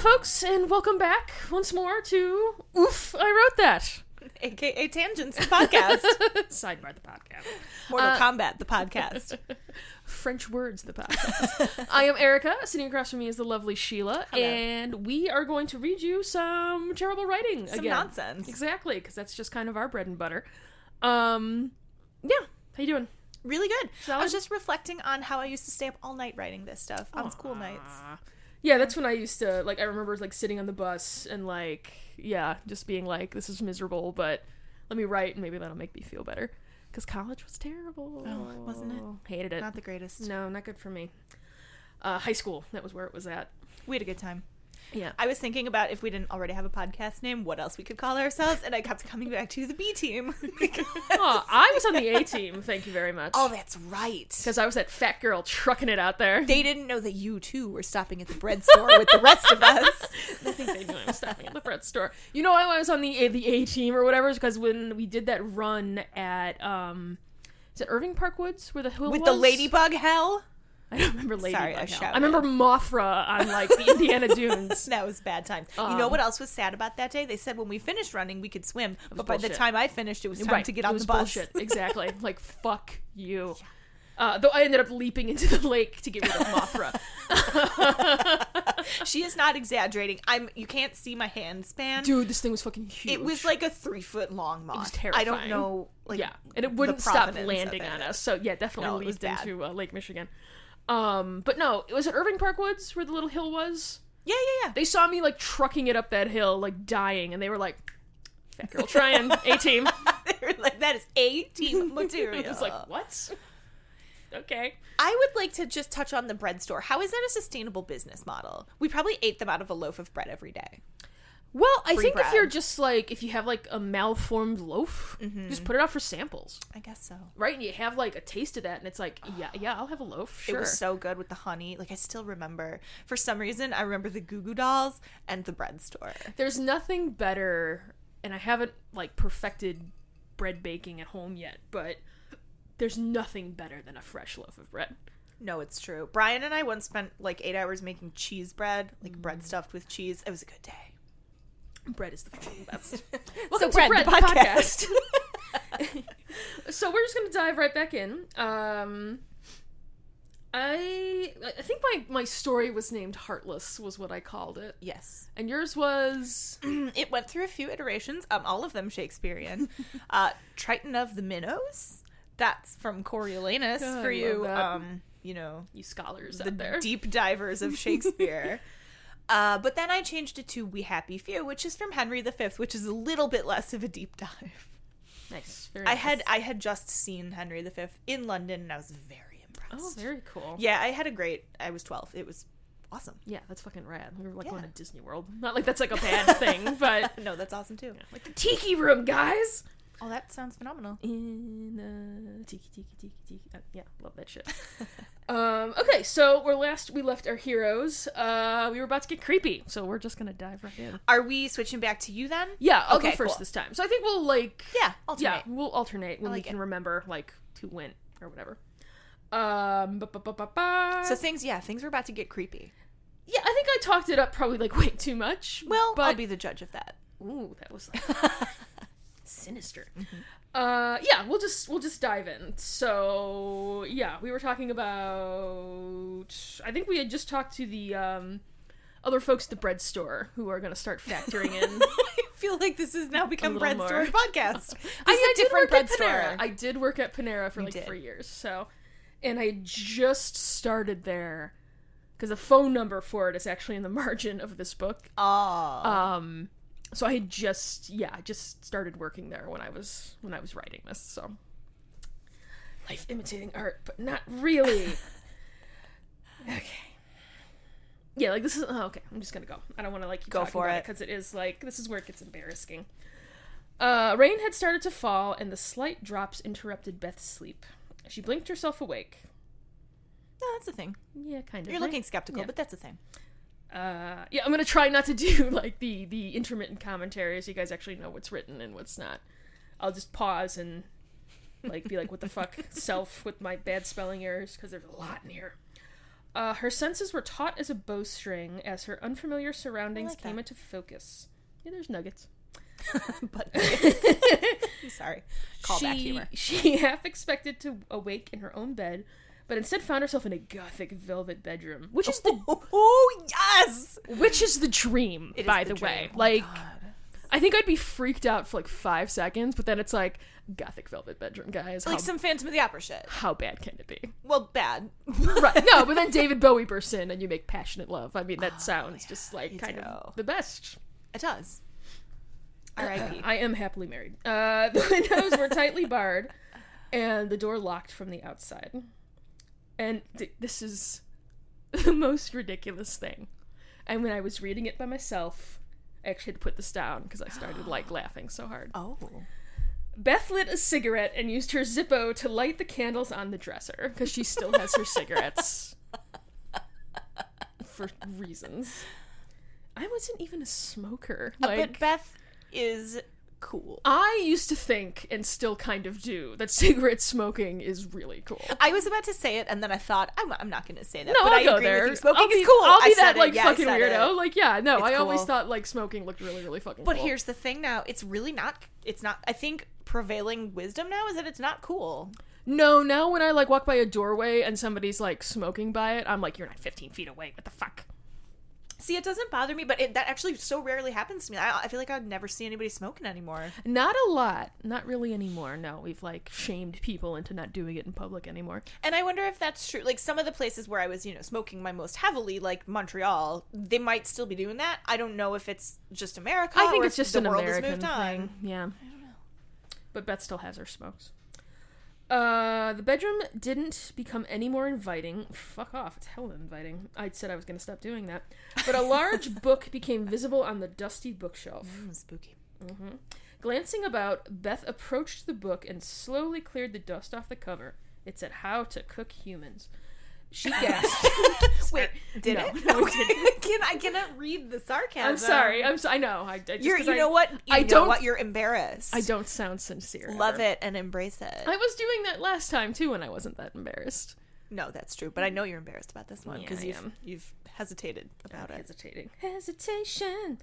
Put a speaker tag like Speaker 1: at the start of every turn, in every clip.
Speaker 1: folks, and welcome back once more to Oof, I Wrote That.
Speaker 2: AKA Tangents, the podcast.
Speaker 1: Uh, Sidebar the podcast.
Speaker 2: Mortal Kombat, the podcast.
Speaker 1: French words, the podcast. I am Erica. Sitting across from me is the lovely Sheila, and we are going to read you some terrible writing
Speaker 2: Some
Speaker 1: again.
Speaker 2: nonsense.
Speaker 1: Exactly, because that's just kind of our bread and butter. Um, yeah. How you doing?
Speaker 2: Really good. I
Speaker 1: Solid.
Speaker 2: was just reflecting on how I used to stay up all night writing this stuff on school nights.
Speaker 1: Yeah, that's when I used to like. I remember like sitting on the bus and like, yeah, just being like, "This is miserable," but let me write, and maybe that'll make me feel better. Because college was terrible,
Speaker 2: Oh, wasn't it?
Speaker 1: Hated it.
Speaker 2: Not the greatest.
Speaker 1: no, not good for me. Uh, high school, that was where it was at.
Speaker 2: We had a good time.
Speaker 1: Yeah.
Speaker 2: I was thinking about if we didn't already have a podcast name, what else we could call ourselves, and I kept coming back to the B team.
Speaker 1: Oh, I was on the A team. Thank you very much.
Speaker 2: oh, that's right.
Speaker 1: Because I was that fat girl trucking it out there.
Speaker 2: They didn't know that you too were stopping at the bread store with the rest of us.
Speaker 1: I think they knew I was stopping at the bread store. You know why I was on the A, the A team or whatever is because when we did that run at um, is it Irving Park Woods where the hill
Speaker 2: With
Speaker 1: was?
Speaker 2: the ladybug hell?
Speaker 1: I don't remember Lady.
Speaker 2: Sorry, I
Speaker 1: I,
Speaker 2: shouted.
Speaker 1: remember Mothra on like the Indiana Dunes.
Speaker 2: That was bad times. you
Speaker 1: Um,
Speaker 2: know what else was sad about that day? They said when we finished running, we could swim, but by the
Speaker 1: bullshit.
Speaker 2: time I finished, it was time to get
Speaker 1: it
Speaker 2: on
Speaker 1: was
Speaker 2: the bus.
Speaker 1: Bullshit. Exactly. like fuck you. Uh, though I ended up leaping into the lake to get rid of Mothra.
Speaker 2: She is not exaggerating. I'm. You can't see my hand span.
Speaker 1: Dude, this thing was fucking huge.
Speaker 2: it was like a three foot long moth.
Speaker 1: was
Speaker 2: I don't
Speaker 1: terrifying.
Speaker 2: know. Like,
Speaker 1: yeah, and it
Speaker 2: the
Speaker 1: wouldn't stop
Speaker 2: provenance of
Speaker 1: landing
Speaker 2: it.
Speaker 1: on us. So yeah, definitely
Speaker 2: No, it was
Speaker 1: leaped
Speaker 2: bad.
Speaker 1: into uh, Lake Michigan. Um, but no, it was at Irving Park Woods where the little hill was.
Speaker 2: Yeah, yeah, yeah.
Speaker 1: They saw me like trucking it up that hill, like dying, and they were like, "Fat girl, trying a team."
Speaker 2: They were like that is a team material.
Speaker 1: It's like what? Okay.
Speaker 2: I would like to just touch on the bread store. How is that a sustainable business model? We probably ate them out of a loaf of bread every day.
Speaker 1: Well, I think
Speaker 2: bread. Mm-hmm.
Speaker 1: if you're just like if you have like a malformed loaf, just put it out for samples,
Speaker 2: I guess so.
Speaker 1: right? And you have like a taste of that, and it's like, yeah, yeah, I'll have a loaf. Sure.
Speaker 2: It was so good with the honey. Like I still remember. For some reason, I remember the Goo Goo Dolls and the bread store.
Speaker 1: There's nothing better, and I haven't like perfected bread baking at home yet, but there's nothing better than a fresh loaf of bread.
Speaker 2: No, it's true. Brian and I once spent like eight hours making cheese bread, like bread stuffed with cheese. It was a good day.
Speaker 1: Bread is the fucking best.
Speaker 2: So
Speaker 1: Welcome to
Speaker 2: bread,
Speaker 1: bread
Speaker 2: the
Speaker 1: the
Speaker 2: podcast.
Speaker 1: so we're just gonna dive right back in. Um, I I think my my story was named Heartless was what I called it,
Speaker 2: yes. Mm,
Speaker 1: and yours was
Speaker 2: It went through a few iterations, um, all of them Shakespearean. uh, Triton of the Minnows. That's from Coriolanus
Speaker 1: God,
Speaker 2: for
Speaker 1: I love
Speaker 2: you,
Speaker 1: that.
Speaker 2: um, you know,
Speaker 1: you scholars
Speaker 2: the
Speaker 1: out there.
Speaker 2: deep divers of Shakespeare. uh, but then I changed it to We Happy Few, which is from Henry V, which is a little bit less of a deep dive.
Speaker 1: nice. Very
Speaker 2: I
Speaker 1: nice.
Speaker 2: had I had just seen Henry V in London, and I was very impressed.
Speaker 1: oh very cool.
Speaker 2: Yeah, I had a great. I was twelve. It was awesome.
Speaker 1: Yeah, that's fucking rad. We were like going
Speaker 2: Yeah.
Speaker 1: to Disney World. Not like that's like a bad thing, but
Speaker 2: No, that's awesome too.
Speaker 1: like the tiki room, guys.
Speaker 2: Oh, that sounds phenomenal.
Speaker 1: In uh, tiki tiki tiki tiki. Uh, yeah, love that shit. um, okay, so we're last. We left our heroes. Uh, we were about to get creepy, so we're just gonna dive right in.
Speaker 2: Are we switching back to you then?
Speaker 1: Yeah, I'll
Speaker 2: Okay,
Speaker 1: go first
Speaker 2: cool.
Speaker 1: this time. So I think we'll like
Speaker 2: Yeah, alternate.
Speaker 1: yeah, we'll alternate when
Speaker 2: like
Speaker 1: we can remember like who went or whatever. Um, ba ba ba ba ba.
Speaker 2: So things, yeah, things were about to get creepy.
Speaker 1: yeah, I think I talked it up probably like way too much.
Speaker 2: Well,
Speaker 1: but
Speaker 2: I'll be the judge of that.
Speaker 1: Ooh, that was like sinister.
Speaker 2: Mm-hmm.
Speaker 1: Uh, yeah, we'll just we'll just dive in. So yeah, we were talking about. I think we had just talked to the um, other folks at the bread store who are going to start factoring in.
Speaker 2: I feel like this has now become
Speaker 1: little
Speaker 2: bread
Speaker 1: more.
Speaker 2: store podcast. This
Speaker 1: I,
Speaker 2: is
Speaker 1: I
Speaker 2: a different
Speaker 1: did work
Speaker 2: bread
Speaker 1: at Panera.
Speaker 2: store.
Speaker 1: I did work at Panera for like
Speaker 2: did.
Speaker 1: three years. So, and I just started there because the phone number for it is actually in the margin of this book.
Speaker 2: Oh,
Speaker 1: um so i had just yeah I just started working there when i was when i was writing this so life imitating art but not really okay yeah like this is oh, okay i'm just gonna go i don't want to like keep
Speaker 2: Go
Speaker 1: talking
Speaker 2: for
Speaker 1: about
Speaker 2: it.
Speaker 1: because it is like this is where it gets embarrassing uh rain had started to fall and the slight drops interrupted beth's sleep she blinked herself awake
Speaker 2: no, that's a thing.
Speaker 1: yeah kind of
Speaker 2: You're
Speaker 1: right?
Speaker 2: looking skeptical,
Speaker 1: Yeah.
Speaker 2: but that's a thing.
Speaker 1: uh, yeah, I'm gonna try not to do like the the intermittent commentary, so you guys actually know what's written and what's not. I'll just pause and like be like, "What the fuck, self?" with my bad spelling errors because there's a lot in here. Uh, her senses were taut as a bowstring as her unfamiliar surroundings
Speaker 2: like
Speaker 1: came
Speaker 2: that.
Speaker 1: into focus. Yeah, there's nuggets.
Speaker 2: but sorry, callback
Speaker 1: she,
Speaker 2: humor.
Speaker 1: She half expected to awake in her own bed, but instead found herself in a gothic velvet bedroom, which is the
Speaker 2: Oh yes,
Speaker 1: which is the dream,
Speaker 2: It is
Speaker 1: by the, way.
Speaker 2: dream. Oh my
Speaker 1: like,
Speaker 2: God.
Speaker 1: I think I'd be freaked out for like five seconds, but then it's like gothic velvet bedroom, guys.
Speaker 2: like
Speaker 1: how,
Speaker 2: some Phantom of the Opera shit.
Speaker 1: how bad can it be?
Speaker 2: Well, bad.
Speaker 1: right? No, but then David Bowie bursts in and you make passionate love. I mean, that sounds just like
Speaker 2: Oh, you
Speaker 1: kind
Speaker 2: do.
Speaker 1: of the best.
Speaker 2: It does. R.I.P.
Speaker 1: I am happily married. Uh, the windows were tightly barred, and the door locked from the outside. And th- this is the most ridiculous thing. And when I was reading it by myself, I actually had to put this down because I started like laughing so hard.
Speaker 2: Oh,
Speaker 1: Beth lit a cigarette and used her Zippo to light the candles on the dresser because she still has her cigarettes for reasons. I wasn't even a smoker. Like,
Speaker 2: Uh, but Beth is cool.
Speaker 1: I used to think and still kind of do that cigarette smoking is really cool.
Speaker 2: I was about to say it, and then I thought I'm, I'm not going to say that.
Speaker 1: No,
Speaker 2: but
Speaker 1: I'll
Speaker 2: I
Speaker 1: go
Speaker 2: agree
Speaker 1: there.
Speaker 2: With you. Smoking
Speaker 1: I'll be,
Speaker 2: is cool.
Speaker 1: I'll be
Speaker 2: I said
Speaker 1: that
Speaker 2: it.
Speaker 1: like
Speaker 2: Yeah, I
Speaker 1: fucking
Speaker 2: said it.
Speaker 1: weirdo. Like yeah, no, I always
Speaker 2: cool.
Speaker 1: thought like smoking looked really really fucking.
Speaker 2: But
Speaker 1: cool.
Speaker 2: here's the thing. Now it's really not. It's not. I think prevailing wisdom now is that it's not cool.
Speaker 1: no, now when I like walk by a doorway and somebody's like smoking by it, I'm like, you're not 15 feet away. What the fuck?
Speaker 2: See, it doesn't bother me, but it, that actually so rarely happens to me. I, I feel like I'd never see anybody smoking anymore.
Speaker 1: Not a lot. Not really anymore. No, we've like shamed people into not doing it in public anymore.
Speaker 2: And I wonder if that's true. Like some of the places where I was, you know, smoking my most heavily, like Montreal, they might still be doing that. I don't know if it's just America.
Speaker 1: I think
Speaker 2: Oh, or
Speaker 1: it's
Speaker 2: if
Speaker 1: just
Speaker 2: the
Speaker 1: an
Speaker 2: world
Speaker 1: American
Speaker 2: has moved on.
Speaker 1: thing. Yeah. I don't know. But Beth still has her smokes. Uh, the bedroom didn't become any more inviting. Fuck off. It's hella inviting. I said I was going to stop doing that. But a large book became visible on the dusty bookshelf.
Speaker 2: Mm, spooky.
Speaker 1: Glancing about, Beth approached the book and slowly cleared the dust off the cover. It said, How to Cook Humans. She gasped.
Speaker 2: Wait, did
Speaker 1: No,
Speaker 2: it?
Speaker 1: no, it
Speaker 2: Can I cannot read the sarcasm?
Speaker 1: I'm sorry. I'm so, I know. I, I just
Speaker 2: um, You're,
Speaker 1: 'cause
Speaker 2: you
Speaker 1: I,
Speaker 2: know what? You
Speaker 1: I
Speaker 2: know
Speaker 1: don't-
Speaker 2: What? You're embarrassed.
Speaker 1: I don't sound sincere.
Speaker 2: love
Speaker 1: ever.
Speaker 2: it and embrace it.
Speaker 1: I was doing that last time too, and I wasn't that embarrassed.
Speaker 2: No, that's true. But I know you're embarrassed about this one
Speaker 1: Mm. Yeah,
Speaker 2: because
Speaker 1: I
Speaker 2: you've
Speaker 1: am.
Speaker 2: you've hesitated about it.
Speaker 1: hesitating. Hesitation.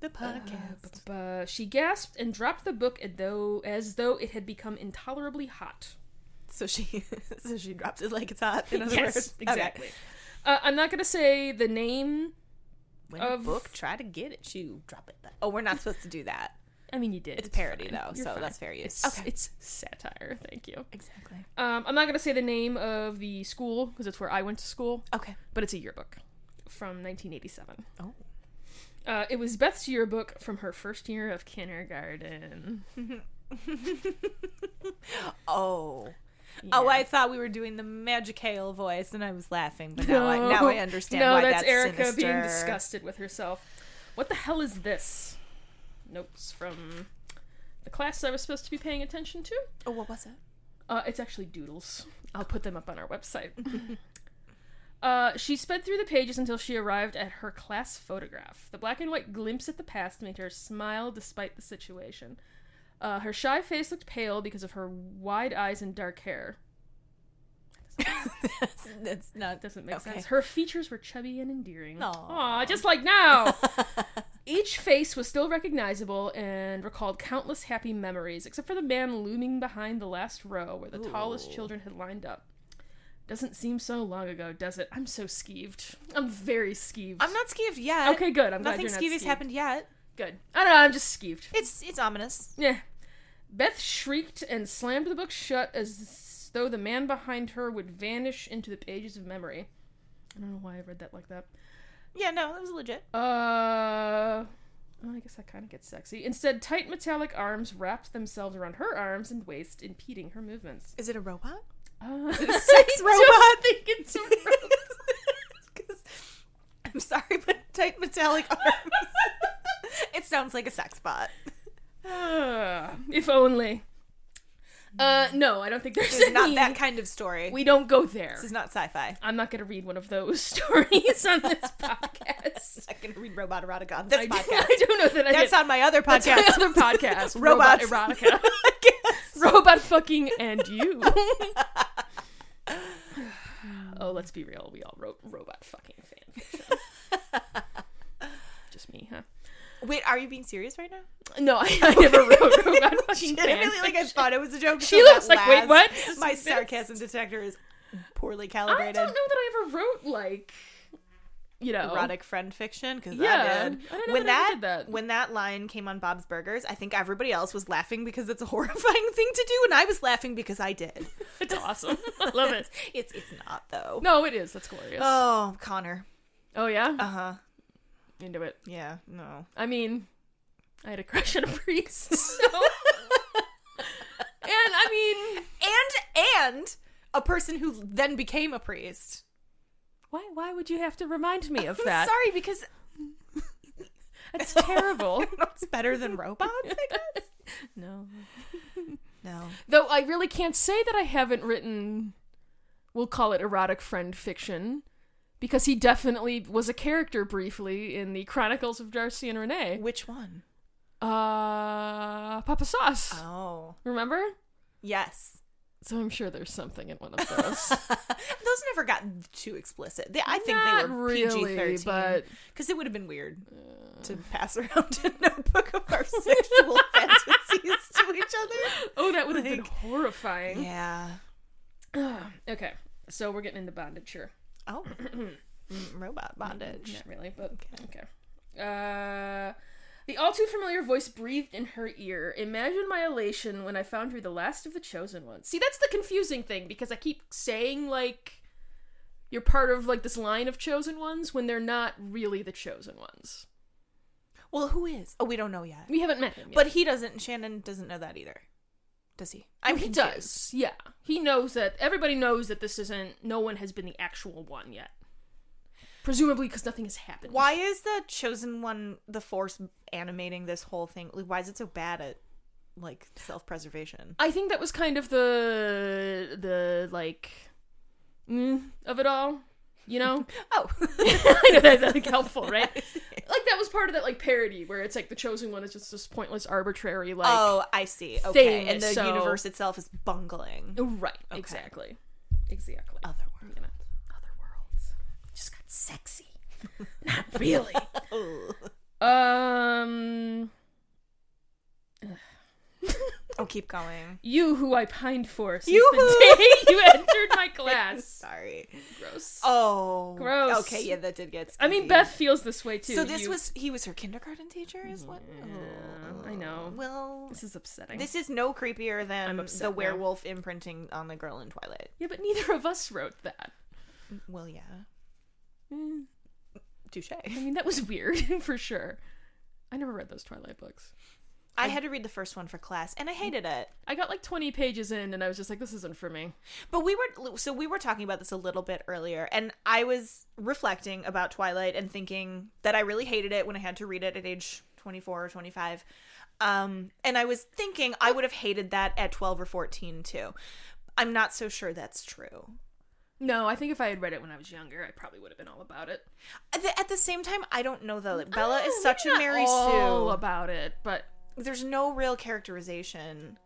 Speaker 2: The podcast.
Speaker 1: But she gasped and dropped the book as though, as though it had become intolerably hot.
Speaker 2: So she so she dropped it like it's hot. In other words, Okay.
Speaker 1: exactly. Uh, I'm not gonna say the name.
Speaker 2: When
Speaker 1: Of-
Speaker 2: a book try to get it, you drop it. Then. Oh, we're not supposed to do that.
Speaker 1: I mean, you did.
Speaker 2: It's parody
Speaker 1: fine.
Speaker 2: though,
Speaker 1: You're
Speaker 2: so
Speaker 1: fine.
Speaker 2: that's fair use.
Speaker 1: It's, it's satire. Thank you.
Speaker 2: exactly.
Speaker 1: Um, I'm not gonna say the name of the school because it's where I went to school,
Speaker 2: Okay.
Speaker 1: but it's a yearbook from 1987.
Speaker 2: Oh.
Speaker 1: Uh, it was Beth's yearbook from her first year of kindergarten.
Speaker 2: Oh.
Speaker 1: Yeah.
Speaker 2: Oh, I thought we were doing the Magicale voice, and I was laughing, but now I now I understand
Speaker 1: No,
Speaker 2: why
Speaker 1: that's,
Speaker 2: that's,
Speaker 1: Erica
Speaker 2: sinister.
Speaker 1: being disgusted with herself. What the hell is this? Notes from the class I was supposed to be paying attention to.
Speaker 2: Oh, what was it?
Speaker 1: Uh, it's actually doodles. I'll put them up on our website. uh, she sped through the pages until she arrived at her class photograph. The black and white glimpse at the past made her smile despite the situation. Uh, her shy face looked pale because of her wide eyes and dark hair.
Speaker 2: that's, that's not.
Speaker 1: Doesn't make
Speaker 2: Okay.
Speaker 1: sense. Her features were chubby and endearing.
Speaker 2: Aw.
Speaker 1: Aw, just like now. Each face was still recognizable and recalled countless happy memories, except for the man looming behind the last row where the tallest
Speaker 2: Ooh.
Speaker 1: children had lined up. Doesn't seem so long ago, does it? I'm so skeeved. I'm very skeeved.
Speaker 2: I'm not skeeved yet.
Speaker 1: okay. Good. I'm
Speaker 2: Nothing
Speaker 1: glad you're not
Speaker 2: skeevy's
Speaker 1: skeeved.
Speaker 2: happened yet.
Speaker 1: Good. I don't know. I'm just skeeved.
Speaker 2: It's it's ominous.
Speaker 1: Yeah. Beth shrieked and slammed the book shut as though the man behind her would vanish into the pages of memory. I don't know why I read that like that.
Speaker 2: Yeah, no, that was legit.
Speaker 1: Uh, well, I guess that kind of gets sexy. Instead, tight metallic arms wrapped themselves around her arms and waist, impeding her movements.
Speaker 2: Is it a robot?
Speaker 1: Uh,
Speaker 2: Sex
Speaker 1: I
Speaker 2: robot?
Speaker 1: think it's a robot.
Speaker 2: 'Cause- I'm sorry, but tight metallic arms. it sounds like a sex bot.
Speaker 1: Ah, if only. Uh, no, I don't think there's
Speaker 2: It's
Speaker 1: any-
Speaker 2: not that kind of story.
Speaker 1: We don't go there.
Speaker 2: this is not sci-fi.
Speaker 1: I'm not going to read one of those stories on this podcast.
Speaker 2: I'm not gonna read robot erotica on this
Speaker 1: I, do,
Speaker 2: podcast.
Speaker 1: I don't know that I
Speaker 2: That's
Speaker 1: did.
Speaker 2: on my other podcast.
Speaker 1: That's my other podcast, Robot
Speaker 2: Robots.
Speaker 1: Erotica. Robot fucking and you. oh, let's be real. We all wrote robot fucking fan fiction. Just me, huh?
Speaker 2: Wait, are you being serious right now?
Speaker 1: No, I, I never wrote robot fucking fan
Speaker 2: Genuinely, like I thought it was a joke.
Speaker 1: She
Speaker 2: until that
Speaker 1: looks like, wait,
Speaker 2: last-
Speaker 1: what? This is
Speaker 2: My
Speaker 1: this.
Speaker 2: sarcasm detector is poorly
Speaker 1: I
Speaker 2: calibrated.
Speaker 1: don't know that I ever wrote like, you know,
Speaker 2: Erotic friend fiction, because
Speaker 1: Oh. Yeah,
Speaker 2: I did.
Speaker 1: I don't know that I
Speaker 2: when that,
Speaker 1: ever did that.
Speaker 2: when that line came on Bob's Burgers, I think everybody else was laughing because it's a horrifying thing to do, and I was laughing because I did.
Speaker 1: It's awesome. I love it.
Speaker 2: It's it's not though.
Speaker 1: No, it is. That's glorious.
Speaker 2: Oh, Connor.
Speaker 1: oh yeah,
Speaker 2: Uh huh.
Speaker 1: into it.
Speaker 2: Yeah. No.
Speaker 1: I mean, I had a crush on a priest, so. and I mean,
Speaker 2: And and a person who then became a priest.
Speaker 1: why? Why would you have to remind me of that?
Speaker 2: Sorry, because
Speaker 1: That's terrible.
Speaker 2: it's better than robots. I guess.
Speaker 1: no.
Speaker 2: No.
Speaker 1: Though I really can't say that I haven't written, we'll call it erotic friend fiction, because he definitely was a character briefly in the Chronicles of Darcy and Renee.
Speaker 2: Which one?
Speaker 1: Uh, Papa Sauce.
Speaker 2: Oh.
Speaker 1: Remember?
Speaker 2: Yes.
Speaker 1: So I'm sure there's something in one of those.
Speaker 2: Those never got too explicit. They, I think
Speaker 1: Not
Speaker 2: they were
Speaker 1: really,
Speaker 2: PG thirteen,
Speaker 1: but- uh,
Speaker 2: because it would have been weird to pass around a notebook of our sexual fantasies to each other.
Speaker 1: oh, that would have been
Speaker 2: Like-
Speaker 1: horrifying.
Speaker 2: Yeah.
Speaker 1: Okay, so we're getting into bondage here.
Speaker 2: Oh. Mm-hmm. Mm, Robot bondage.
Speaker 1: Not really, but okay. Uh, the all too familiar voice breathed in her ear. Imagine my elation when I found her the last of the chosen ones. See, that's the confusing thing because I keep saying like you're part of like this line of chosen ones when they're not really the chosen ones.
Speaker 2: Well, who is? Oh, we don't know yet.
Speaker 1: We haven't met him yet.
Speaker 2: But he doesn't. Shannon doesn't know that either. Does he? I'm
Speaker 1: he
Speaker 2: confused.
Speaker 1: does. Yeah. He knows that everybody knows that this isn't no one has been the actual one yet. Presumably because nothing has happened.
Speaker 2: Why is the chosen one, the force animating this whole thing? Like, why is it so bad at like self-preservation?
Speaker 1: I think that was kind of the the like mm, of it all, you know.
Speaker 2: Oh,
Speaker 1: I know that's like helpful, right? Like that was part of that like parody where it's like the chosen one is just this pointless arbitrary like
Speaker 2: oh, I see. Okay,
Speaker 1: thing,
Speaker 2: and the
Speaker 1: so-
Speaker 2: universe itself is bungling.
Speaker 1: right exactly exactly
Speaker 2: Other world.
Speaker 1: You know, other worlds just got sexy, not really. um,
Speaker 2: Oh, keep going.
Speaker 1: you who I pined for since
Speaker 2: Yoo-hoo!
Speaker 1: the day you entered my class.
Speaker 2: Sorry.
Speaker 1: Gross.
Speaker 2: Oh,
Speaker 1: Gross.
Speaker 2: Okay, yeah, that did get.
Speaker 1: I mean,
Speaker 2: skeevy.
Speaker 1: Beth feels this way too.
Speaker 2: So this
Speaker 1: You- Mm.
Speaker 2: was he was her kindergarten teacher, is what?
Speaker 1: Yeah, I know.
Speaker 2: Well,
Speaker 1: This is upsetting.
Speaker 2: this is no creepier
Speaker 1: I'm
Speaker 2: than
Speaker 1: upset
Speaker 2: the
Speaker 1: now.
Speaker 2: werewolf imprinting on the girl in Twilight.
Speaker 1: yeah, but neither of us wrote that.
Speaker 2: Well, yeah. Touche.
Speaker 1: Mm. I mean, that was weird for sure. I never read those Twilight books.
Speaker 2: I had to read the first one for class, and I hated it.
Speaker 1: I got like 20 pages in and I was just like, this isn't for me.
Speaker 2: But we were so we were talking about this a little bit earlier, and I was reflecting about Twilight and thinking that I really hated it when I had to read it at age 24 or 25. Um, and I was thinking I would have hated that at 12 or 14 too. I'm not so sure that's true.
Speaker 1: No, I think if I had read it when I was younger, I probably would have been all about it.
Speaker 2: At the, at the same time, I don't know though. Like, Bella
Speaker 1: Oh,
Speaker 2: is such
Speaker 1: maybe
Speaker 2: a
Speaker 1: not
Speaker 2: Mary
Speaker 1: all
Speaker 2: Sue.
Speaker 1: about it, but
Speaker 2: there's no real characterization.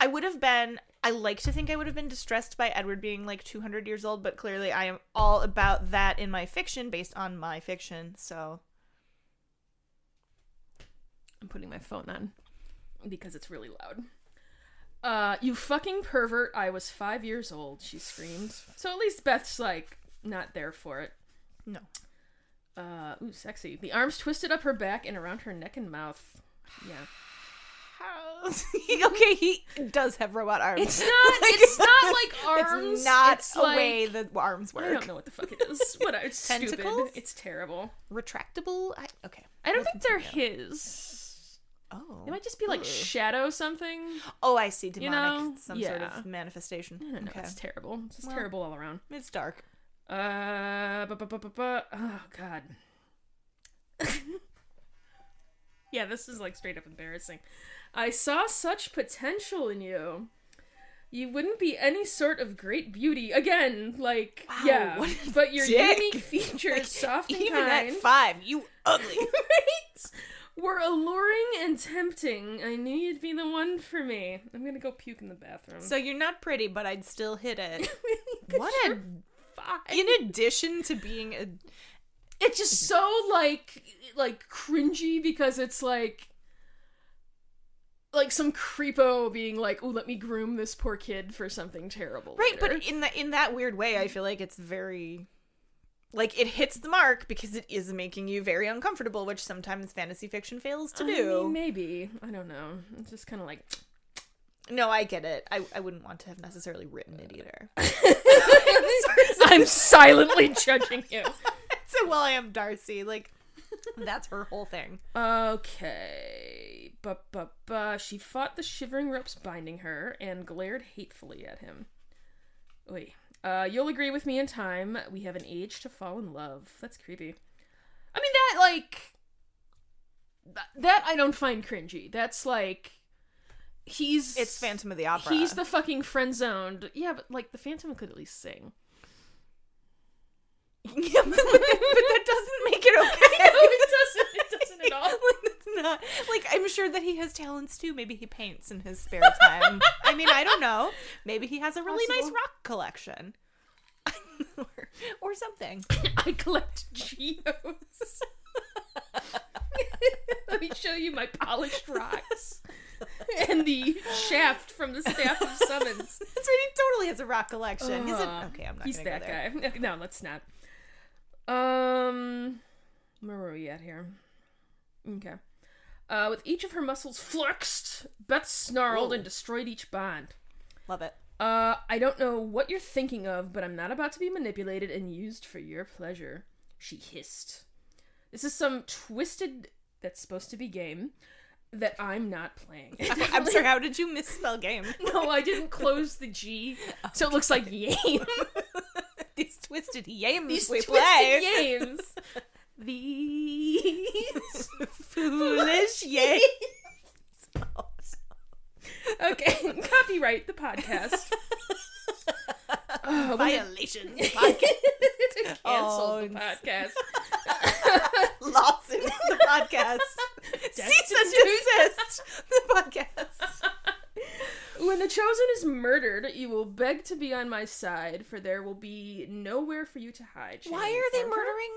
Speaker 2: I would have been. I like to think I would have been distressed by Edward being like 200 years old, but clearly I am all about that in my fiction based on my fiction. So
Speaker 1: I'm putting my phone on because it's really loud. Uh, you fucking pervert. I was five years old, she screamed. So at least Beth's like not there for it.
Speaker 2: no,
Speaker 1: Uh, ooh, sexy. The arms twisted up her back and around her neck and mouth. Yeah.
Speaker 2: okay, he does have robot arms.
Speaker 1: It's not. it's not like arms.
Speaker 2: It's not
Speaker 1: It's
Speaker 2: a
Speaker 1: like-
Speaker 2: way the arms
Speaker 1: I don't
Speaker 2: work.
Speaker 1: know what the fuck it is. What it's stupid.
Speaker 2: Tentacles?
Speaker 1: It's terrible.
Speaker 2: Retractable. I, okay.
Speaker 1: I don't think they're his. It
Speaker 2: Oh.
Speaker 1: might just be like shadow something.
Speaker 2: Oh, I see. Demonic,
Speaker 1: know?
Speaker 2: some sort
Speaker 1: Yeah.
Speaker 2: of manifestation.
Speaker 1: I don't know.
Speaker 2: okay.
Speaker 1: It's terrible. It's just terrible all around.
Speaker 2: It's dark.
Speaker 1: Uh, bu- bu- bu- bu- bu- oh god. yeah, this is like straight up embarrassing. I saw such potential in you. You wouldn't be any sort of great beauty again, like
Speaker 2: Wow,
Speaker 1: yeah.
Speaker 2: what a
Speaker 1: But your
Speaker 2: dick.
Speaker 1: unique features, soft and
Speaker 2: Even at
Speaker 1: kind,
Speaker 2: five, you ugly.
Speaker 1: right, were alluring and tempting. I knew you'd be the one for me. I'm gonna go puke in the bathroom.
Speaker 2: so you're not pretty, but I'd still hit it.
Speaker 1: What
Speaker 2: What a
Speaker 1: fine.
Speaker 2: In addition to being a
Speaker 1: It's just so like like cringy because it's like like some creepo being like, "Oh, let me groom this poor kid for something terrible."
Speaker 2: right,
Speaker 1: later."
Speaker 2: but in that in that weird way, I feel like it's very like it hits the mark because it is making you very uncomfortable, which sometimes fantasy fiction fails to
Speaker 1: I
Speaker 2: do.
Speaker 1: mean, maybe I don't know. It's just kind of like
Speaker 2: no, I get it. I, I wouldn't want to have necessarily written it either.
Speaker 1: I'm silently judging you.
Speaker 2: so well, I am Darcy. Like that's her whole thing.
Speaker 1: Okay. Ba ba ba. She fought the shivering ropes binding her and glared hatefully at him. Oi. Uh, you'll agree with me in time. We have an age to fall in love. That's creepy. I mean, that, like. That, that I don't find cringy. That's like. He's.
Speaker 2: It's Phantom of the Opera.
Speaker 1: He's the fucking friend zoned. Yeah, but, like, the Phantom could at least sing.
Speaker 2: yeah, but, but that, but that doesn't make it okay.
Speaker 1: No, it doesn't. It doesn't at all.
Speaker 2: Like, that's not like I'm sure that he has talents too. Maybe he paints in his spare time. I mean, I don't know. Maybe he has a really nice
Speaker 1: Possible.
Speaker 2: rock collection, or, or something.
Speaker 1: I collect geodes. Let me show you my polished rocks and the shaft from the staff of summons.
Speaker 2: That's right. He totally has a rock collection. he's
Speaker 1: Uh,
Speaker 2: a, okay. I'm not.
Speaker 1: He's
Speaker 2: gonna
Speaker 1: that
Speaker 2: go there.
Speaker 1: guy. Okay, No, let's not. Um, where were we at here? Okay. Uh, with each of her muscles flexed, Beth snarled and destroyed each bond.
Speaker 2: Love it.
Speaker 1: Uh, I don't know what you're thinking of, but I'm not about to be manipulated and used for your pleasure. She hissed. This is some twisted that's supposed to be game that I'm not playing.
Speaker 2: I'm sorry. How did you misspell game?
Speaker 1: no, I didn't close the G, so it looks like yame.
Speaker 2: These twisted yames
Speaker 1: These
Speaker 2: we
Speaker 1: twisted
Speaker 2: play.
Speaker 1: yames. These.
Speaker 2: Foolish yames.
Speaker 1: Okay, copyright the podcast. Oh, we-
Speaker 2: Violations. Podcast.
Speaker 1: Cancel
Speaker 2: Oh,
Speaker 1: the podcast.
Speaker 2: Lawsuits. The podcast. Cease and desist. The podcast.
Speaker 1: When the chosen is murdered, you will beg to be on my side, for there will be nowhere for you to hide. She
Speaker 2: Why are they
Speaker 1: informed her.
Speaker 2: murdering?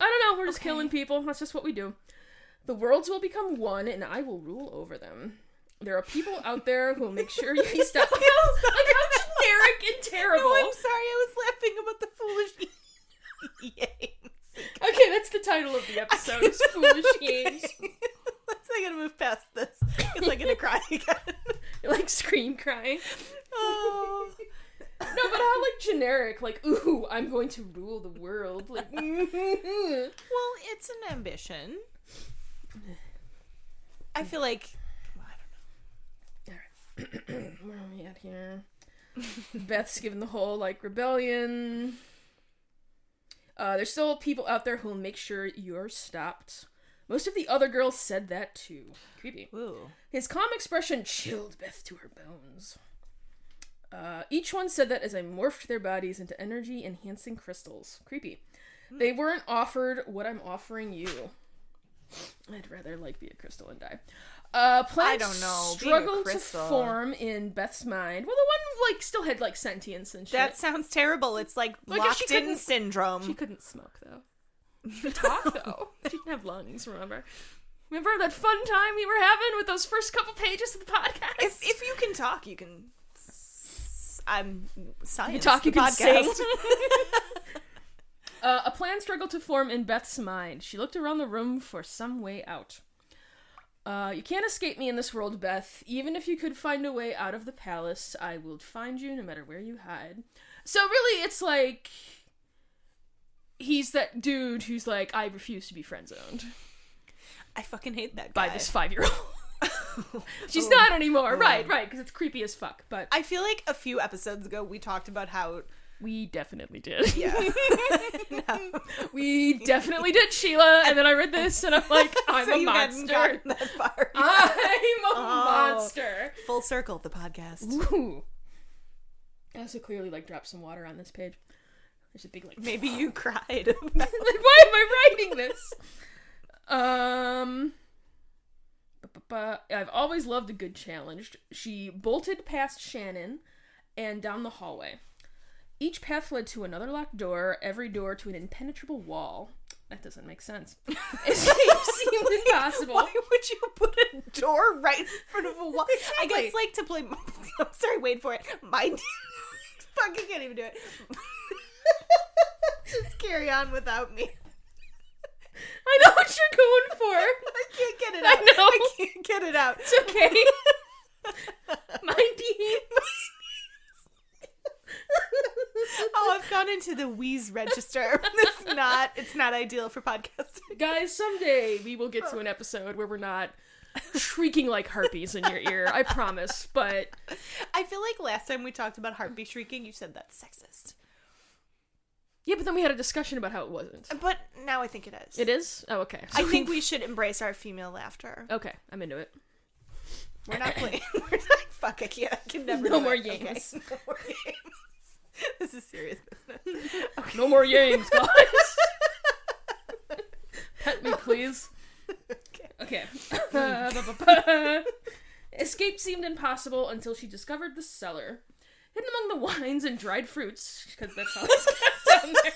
Speaker 1: I don't know. We're just
Speaker 2: Okay.
Speaker 1: killing people. That's just what we do. The worlds will become one, and I will rule over them. There are people out there who will make sure you stop. Like how, like how generic and terrible.
Speaker 2: No, I'm sorry. I was laughing about the foolish yames.
Speaker 1: okay, that's the title of the episode. It's foolish games.
Speaker 2: Let's not gonna move past this. It's like gonna cry again.
Speaker 1: Like scream crying.
Speaker 2: Oh.
Speaker 1: No, but how like generic? Like, ooh, I'm going to rule the world. Like,
Speaker 2: Well, it's an ambition. I feel like well, I don't
Speaker 1: Where are we at here? Beth's given the whole like rebellion. Uh, there's still people out there who'll make sure you're stopped. Most of the other girls said that too. Creepy.
Speaker 2: know. Ooh.
Speaker 1: His calm expression chilled Beth to her bones. Uh, each one said that as I morphed their bodies into energy enhancing crystals. Creepy. They weren't offered what I'm offering you. I'd rather like be a crystal and die. Uh, plans
Speaker 2: don't know. Being a
Speaker 1: struggled to
Speaker 2: crystal-
Speaker 1: form in Beth's mind. Well, the one like still had like sentience and shit.
Speaker 2: That sounds terrible. It's like
Speaker 1: I guess she
Speaker 2: locked in
Speaker 1: couldn't-
Speaker 2: syndrome.
Speaker 1: She couldn't smoke though. She could talk though. She didn't have lungs. Remember? Remember that fun time we were having with those first couple pages of the podcast?
Speaker 2: if if you can talk, you can. s- I'm science.
Speaker 1: talk, you
Speaker 2: the
Speaker 1: can sing.
Speaker 2: podcast.
Speaker 1: Uh, a plan struggled to form in Beth's mind. She looked around the room for some way out. Uh, you can't escape me in this world, Beth. Even if you could find a way out of the palace, I will find you no matter where you hide. So, really, it's like. He's that dude who's like, I refuse to be friend zoned
Speaker 2: I fucking hate that guy.
Speaker 1: by this five year old. She's not anymore. Right, right, because it's creepy as fuck. But
Speaker 2: I feel like a few episodes ago we talked about how
Speaker 1: we definitely did.
Speaker 2: yeah.
Speaker 1: We definitely did, Sheila. And then I read this and I'm like, I'm
Speaker 2: so
Speaker 1: a
Speaker 2: you hadn't
Speaker 1: monster. Uh,
Speaker 2: gotten that far.
Speaker 1: I'm a
Speaker 2: Oh.
Speaker 1: monster.
Speaker 2: Full circle the podcast.
Speaker 1: Ooh. I also clearly like dropped some water on this page. There's a big like
Speaker 2: Maybe you cried. about-
Speaker 1: like, why am I writing this? Um. ba-ba-ba. I've always loved a good challenge. She bolted past Shannon and down the hallway. Each path led to another locked door, every door to an impenetrable wall. That doesn't make sense. Escape seemed impossible.
Speaker 2: Why would you put a door right in front of a wall? I
Speaker 1: Exactly.
Speaker 2: guess like to play. I'm sorry. Wait for it. Mind. fucking can't even do it. Just carry on without me.
Speaker 1: I know what you're going for.
Speaker 2: I can't get it
Speaker 1: I
Speaker 2: out.
Speaker 1: know.
Speaker 2: can't get it out.
Speaker 1: It's okay. Mindy.
Speaker 2: oh, I've gone into the wheeze register. It's not. It's not ideal for podcasting.
Speaker 1: Guys, someday we will get to an episode where we're not shrieking like harpies in your ear. I promise. But
Speaker 2: I feel like last time we talked about heartbeat shrieking, you said that's sexist,
Speaker 1: yeah, but then we had a discussion about how it wasn't.
Speaker 2: but now I think it is.
Speaker 1: It is? Oh, okay.
Speaker 2: I
Speaker 1: So
Speaker 2: think we should embrace our female laughter.
Speaker 1: Okay, I'm into it.
Speaker 2: We're not playing. We're not. Fuck, I can't. I can never.
Speaker 1: No
Speaker 2: do
Speaker 1: more
Speaker 2: it. Okay,
Speaker 1: games.
Speaker 2: no more games. This is serious business. Okay.
Speaker 1: No more games, guys. Pet me, please.
Speaker 2: Okay.
Speaker 1: Okay. Ba-ba-ba. Escape seemed impossible until she discovered the cellar. Hidden among the wines and dried fruits, because that's how it's got down there.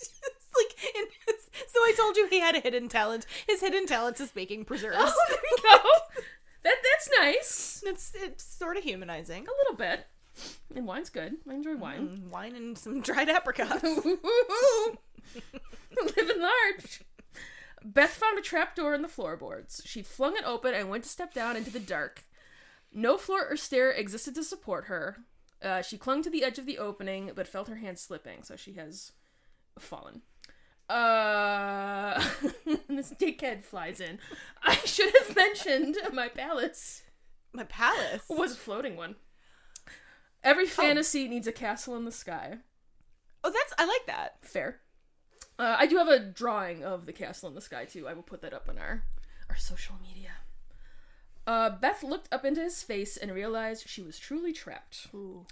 Speaker 2: It's like, in his, so I told you he had a hidden talent. His hidden talent is making preserves.
Speaker 1: Oh, there we go. That that's nice.
Speaker 2: It's it's sort of humanizing.
Speaker 1: A little bit. And wine's good. I enjoy wine.
Speaker 2: Mm, Wine and some dried apricots.
Speaker 1: Living large. Beth found a trapdoor in the floorboards. She flung it open and went to step down into the dark. No floor or stair existed to support her. Uh, she clung to the edge of the opening, but felt her hand slipping, so she has fallen. Uh, this dickhead flies in. I should have mentioned my palace
Speaker 2: My palace.
Speaker 1: was a floating one. Oh. Every fantasy needs a castle in the sky.
Speaker 2: Oh, that's I like that.
Speaker 1: Fair. Uh, I do have a drawing of the castle in the sky too. I will put that up on our our social media. Uh, Beth looked up into his face and realized she was truly trapped.
Speaker 2: Ooh.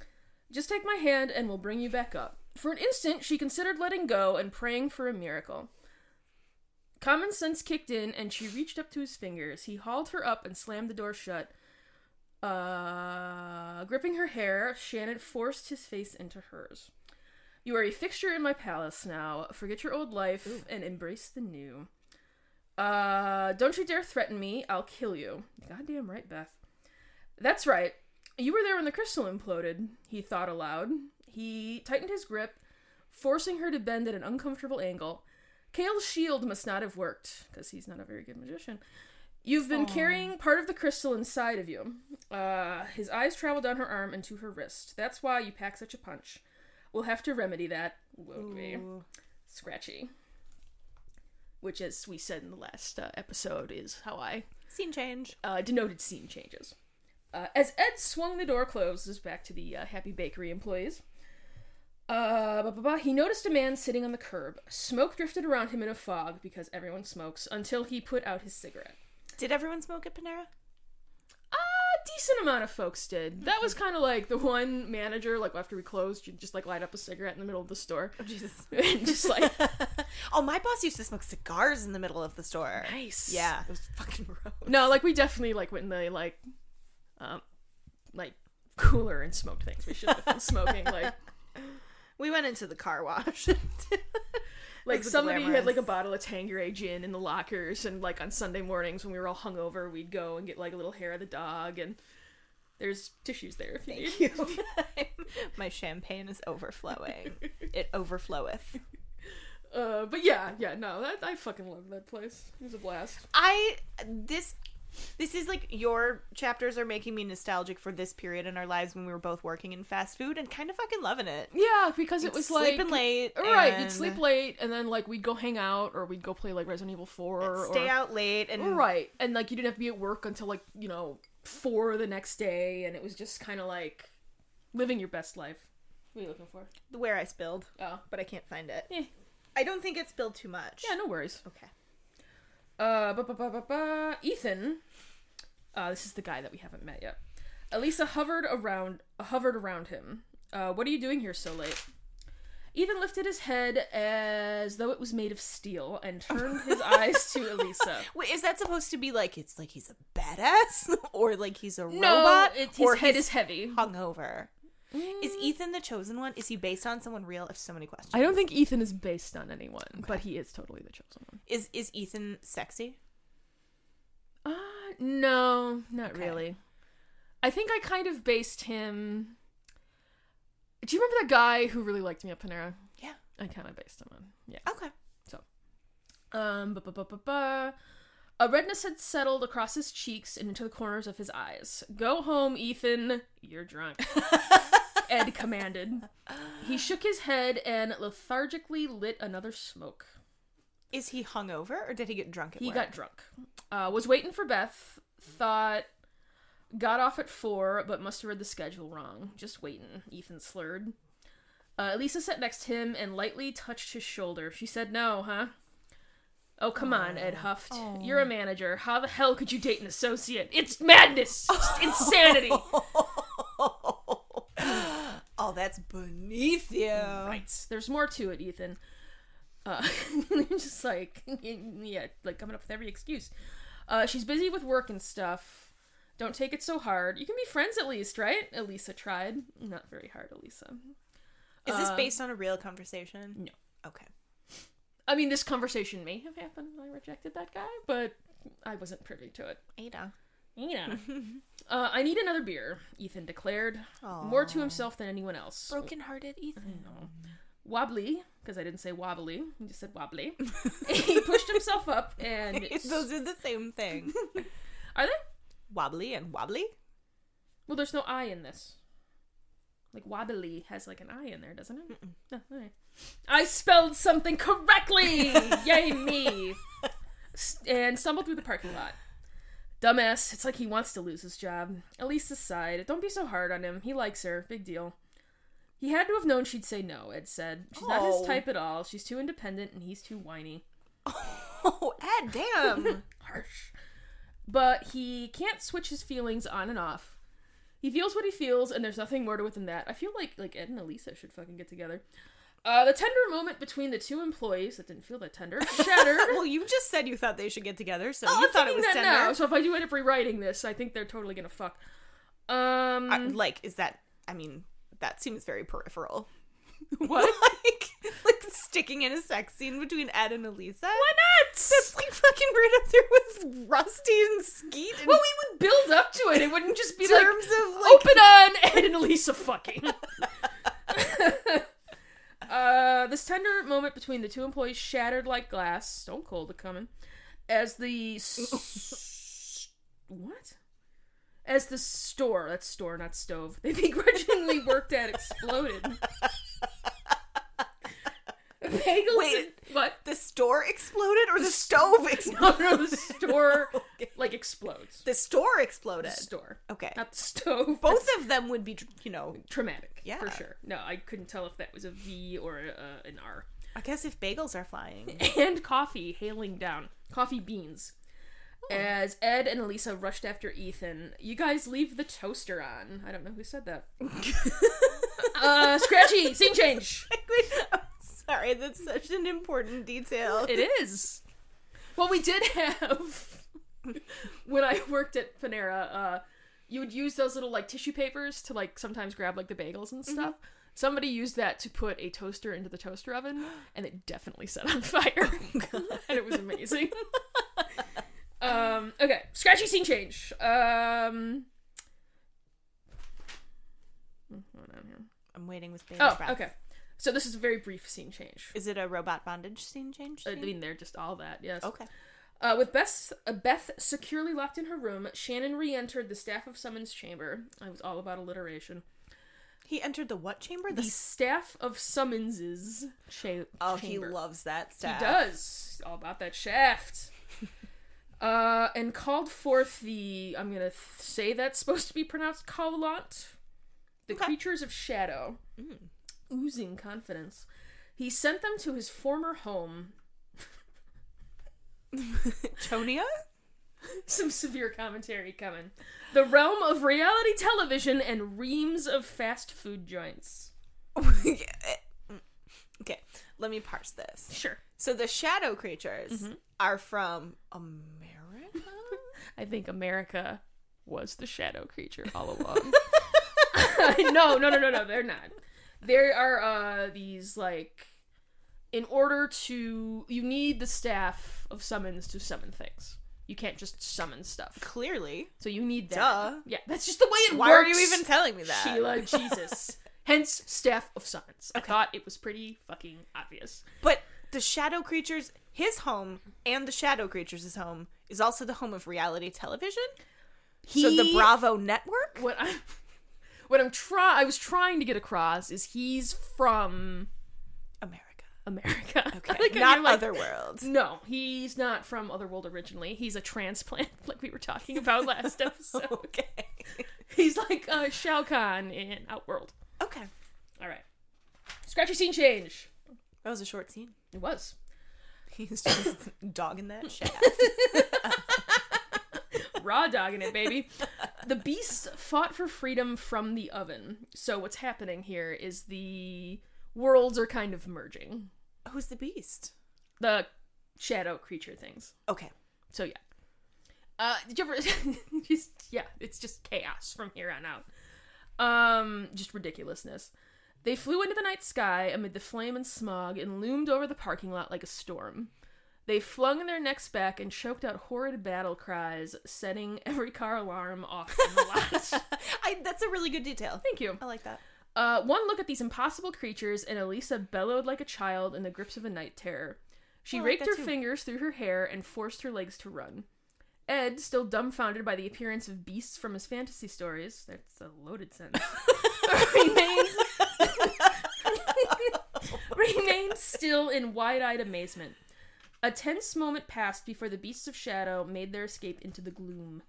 Speaker 1: Just take my hand and we'll bring you back up. For an instant, she considered letting go and praying for a miracle. Common sense kicked in and she reached up to his fingers. He hauled her up and slammed the door shut. Uh, gripping her hair, Shannon forced his face into hers. You are a fixture in my palace now. Forget your old life and embrace the new. Uh, don't you dare threaten me. I'll kill you. Goddamn right, Beth. That's right. You were there when the crystal imploded, he thought aloud. He tightened his grip, forcing her to bend at an uncomfortable angle. Kale's shield must not have worked, because he's not a very good magician. You've been carrying part of the crystal inside of you. Uh, his eyes travel down her arm and to her wrist. That's why you pack such a punch. We'll have to remedy that, won't we?
Speaker 2: Ooh.
Speaker 1: Scratchy. Which, as we said in the last uh, episode, is how I
Speaker 2: Scene change.
Speaker 1: uh, denoted scene changes. Uh, as Ed swung the door closes back to the uh, Happy Bakery employees, uh, ba ba ba, he noticed a man sitting on the curb. Smoke drifted around him in a fog because everyone smokes until he put out his cigarette.
Speaker 2: Did everyone smoke at Panera?
Speaker 1: A decent amount of folks did. That was kind of like the one manager, like after we closed, you'd just like light up a cigarette in the middle of the store.
Speaker 2: Oh Jesus.
Speaker 1: and just like,
Speaker 2: oh, my boss used to smoke cigars in the middle of the store.
Speaker 1: nice.
Speaker 2: Yeah, it was fucking gross.
Speaker 1: No, like we definitely like went in the like, um, like cooler and smoked things. We should have been smoking like
Speaker 2: We went into the car wash.
Speaker 1: like
Speaker 2: Those are
Speaker 1: somebody had
Speaker 2: glamorous.
Speaker 1: like a bottle of Tanqueray gin in the lockers, and like on Sunday mornings when we were all hungover, we'd go and get like a little hair of the dog, and there's tissues there if you need.
Speaker 2: my champagne is overflowing. it overfloweth.
Speaker 1: Uh, but yeah, yeah, no, that, I fucking love that place. It was a blast.
Speaker 2: I this this is like your chapters are making me nostalgic for this period in our lives when we were both working in fast food and kind of fucking loving it.
Speaker 1: Yeah, because it was like
Speaker 2: sleeping late,
Speaker 1: Right,
Speaker 2: and
Speaker 1: you'd sleep late, and then like we'd go hang out, or we'd go play like Resident Evil Four,
Speaker 2: stay
Speaker 1: or
Speaker 2: out late, and
Speaker 1: right, and like you didn't have to be at work until like you know four the next day, and it was just kind of like living your best life. What are you looking for?
Speaker 2: where I spilled,
Speaker 1: Oh,
Speaker 2: but I can't find it.
Speaker 1: Eh.
Speaker 2: I don't think it spilled too much.
Speaker 1: yeah, no worries.
Speaker 2: Okay.
Speaker 1: Uh, ba ba ba ba ba. Ethan. Uh, this is the guy that we haven't met yet. Elisa hovered around, hovered around him. Uh, what are you doing here so late? Ethan lifted his head as though it was made of steel and turned his eyes to Elisa.
Speaker 2: Wait, is that supposed to be like it's like he's a badass or like he's a
Speaker 1: No,
Speaker 2: robot
Speaker 1: it, his
Speaker 2: or
Speaker 1: head
Speaker 2: he's
Speaker 1: is heavy.
Speaker 2: hungover? Is Ethan the chosen one? Is he based on someone real? I have so many questions.
Speaker 1: I don't think Ethan is based on anyone, but he is totally the chosen one.
Speaker 2: Is is Ethan sexy?
Speaker 1: Uh, no, not
Speaker 2: Okay.
Speaker 1: really. I think I kind of based him. Do you remember that guy who really liked me at Panera?
Speaker 2: Yeah.
Speaker 1: I kind of based him on. Yeah.
Speaker 2: Okay.
Speaker 1: Um, ba ba ba ba ba. A redness had settled across his cheeks and into the corners of his eyes. Go home, Ethan. You're drunk. Ed commanded. He shook his head and lethargically lit another smoke.
Speaker 2: Is he hungover or did he get drunk at
Speaker 1: He
Speaker 2: work?
Speaker 1: got drunk. Uh, was waiting for Beth. Thought got off at four, but must have read the schedule wrong. Just waiting. Ethan slurred. Uh, Elisa sat next to him and lightly touched his shoulder. She said, "No, huh?" Oh, come on, Ed huffed. You're a manager. How the hell could you date an associate? It's madness. It's insanity.
Speaker 2: oh, that's beneath you.
Speaker 1: Right. There's more to it, Ethan. Uh, just like, yeah, like coming up with every excuse. Uh, she's busy with work and stuff. Don't take it so hard. You can be friends at least, right? Elisa tried. Not very hard, Elisa.
Speaker 2: Is this
Speaker 1: Uh,
Speaker 2: based on a real conversation?
Speaker 1: no.
Speaker 2: Okay.
Speaker 1: I mean, this conversation may have happened when I rejected that guy, but I wasn't privy to it.
Speaker 2: Ada.
Speaker 1: Yeah. uh, I need another beer, Ethan declared, more to himself than anyone else.
Speaker 2: Broken-hearted Ethan.
Speaker 1: wobbly because I didn't say wobbly. I just said wobbly. he pushed himself up and
Speaker 2: Those are the same thing.
Speaker 1: are they?
Speaker 2: wobbly and wobbly.
Speaker 1: Well, there's no I in this. Like wobbly has like an I in there, doesn't it? No, alright. I spelled something correctly. Yay me! S- And stumbled through the parking lot. Dumbass. It's like he wants to lose his job. Elisa sighed. Don't be so hard on him. He likes her. Big deal. He had to have known she'd say no. Ed said she's not
Speaker 2: Oh.
Speaker 1: his type at all. She's too independent and he's too whiny.
Speaker 2: Oh, Ed, damn.
Speaker 1: harsh. But he can't switch his feelings on and off. He feels what he feels, and there's nothing more to it than that. I feel like like Ed and Elisa should fucking get together. Uh, the tender moment between the two employees that didn't feel that tender shattered.
Speaker 2: well, you just said you thought they should get together, so
Speaker 1: Oh,
Speaker 2: you
Speaker 1: I'm
Speaker 2: thought it was
Speaker 1: thinking that
Speaker 2: tender.
Speaker 1: now. So if I do end up rewriting this, I think they're totally gonna fuck. Um,
Speaker 2: Uh, like, is that? I mean, that seems very peripheral.
Speaker 1: what?
Speaker 2: like, like sticking in a sex scene between Ed and Elisa. Why
Speaker 1: Nuts!
Speaker 2: That's like fucking right up there with Rusty and Skeet. And
Speaker 1: Well, we would build up to it. It wouldn't just be like oh.
Speaker 2: terms of
Speaker 1: open
Speaker 2: like,
Speaker 1: on Ed and Elisa fucking. uh, this tender moment between the two employees shattered like glass, stone cold to coming, as the s- what? As the store, that's store, not stove, they begrudgingly worked at exploded. Bagels.
Speaker 2: Wait.
Speaker 1: and- what?
Speaker 2: the store exploded or the stove
Speaker 1: No,
Speaker 2: exploded.
Speaker 1: no, the store like explodes.
Speaker 2: The store
Speaker 1: The
Speaker 2: exploded.
Speaker 1: store,
Speaker 2: Okay.
Speaker 1: not the stove.
Speaker 2: Both of them would be, you know.
Speaker 1: traumatic
Speaker 2: Yeah.
Speaker 1: for sure no i couldn't tell if that was a v or a, an r
Speaker 2: I guess if bagels are flying.
Speaker 1: and coffee hailing down coffee beans as ed and elisa rushed after ethan you guys leave the toaster on i don't know who said that uh scratchy scene change
Speaker 2: I'm sorry, that's such an important detail.
Speaker 1: it is well we did have when i worked at panera uh you would use those little like tissue papers to like sometimes grab like the bagels and stuff Somebody used that to put a toaster into the toaster oven, and it definitely set on fire. and it was amazing. um, okay, scratchy scene change. Um, what's going on here?
Speaker 2: I'm waiting with bated
Speaker 1: Oh,
Speaker 2: breath.
Speaker 1: okay. So this is a very brief scene change.
Speaker 2: Is it a robot bondage scene change?
Speaker 1: I
Speaker 2: scene?
Speaker 1: mean, they're just all that. Yes.
Speaker 2: okay.
Speaker 1: Uh, with Beth, uh, Beth securely locked in her room, Shannon re-entered the staff of summons chamber. I was all about alliteration.
Speaker 2: He entered the what chamber?
Speaker 1: The
Speaker 2: The
Speaker 1: staff of summonses cha-
Speaker 2: Oh, he
Speaker 1: chamber.
Speaker 2: loves that
Speaker 1: He
Speaker 2: stuff.
Speaker 1: does. All about that shaft. uh, and called forth the. I'm going to th- say that's supposed to be pronounced Kaolant. The
Speaker 2: Okay. Mm.
Speaker 1: creatures of shadow. Oozing confidence. He sent them to his former home.
Speaker 2: Tonia?
Speaker 1: Some severe commentary coming. The realm of reality television and reams of fast food joints.
Speaker 2: okay, let me parse this.
Speaker 1: Sure.
Speaker 2: So the shadow creatures
Speaker 1: Mm-hmm.
Speaker 2: are from America?
Speaker 1: I think America was the shadow creature all along. no, no, no, no, no. They're not. There are uh, these like, in order to, you need the staff of summons to summon things. You can't just summon stuff.
Speaker 2: Clearly.
Speaker 1: So you need that.
Speaker 2: Duh.
Speaker 1: Yeah, that's just the way it
Speaker 2: Why
Speaker 1: works.
Speaker 2: are you even telling me that?
Speaker 1: Sheila? Jesus. Hence, staff of summons. I thought it was pretty fucking obvious.
Speaker 2: But the shadow creatures, his home, and the shadow creatures' home is also the home of reality television. so the
Speaker 1: He-
Speaker 2: Bravo network.
Speaker 1: what I'm what I'm try I was trying to get across is he's from
Speaker 2: America.
Speaker 1: America.
Speaker 2: Okay.
Speaker 1: Like, and
Speaker 2: Not
Speaker 1: you're like,
Speaker 2: other worlds.
Speaker 1: No, he's not from Otherworld originally. He's a transplant, like we were talking about last episode.
Speaker 2: Okay.
Speaker 1: he's like uh, Shao Kahn in Outworld.
Speaker 2: Okay.
Speaker 1: All right, scratchy scene change.
Speaker 2: That was a short scene.
Speaker 1: It was.
Speaker 2: He's just dogging that shaft.
Speaker 1: raw dogging it, baby. The beasts fought for freedom from the oven. So what's happening here is the worlds are kind of merging.
Speaker 2: Who's the beast?
Speaker 1: The shadow creature things.
Speaker 2: Okay.
Speaker 1: So yeah. Uh, did you ever? just yeah, it's just chaos from here on out. Um, just ridiculousness. They flew into the night sky amid the flame and smog and loomed over the parking lot like a storm. They flung their necks back and choked out horrid battle cries, setting every car alarm off in the lot.
Speaker 2: I, that's a really good detail.
Speaker 1: Thank you.
Speaker 2: I like that.
Speaker 1: Uh, one look at these impossible creatures, and Elisa bellowed like a child in the grips of a night terror. She
Speaker 2: I like
Speaker 1: raked
Speaker 2: that
Speaker 1: her
Speaker 2: too.
Speaker 1: fingers through her hair and forced her legs to run. Ed, still dumbfounded by the appearance of beasts from his fantasy stories, that's a loaded sentence, remained, remained still in wide eyed amazement. A tense moment passed before the beasts of shadow made their escape into the gloom.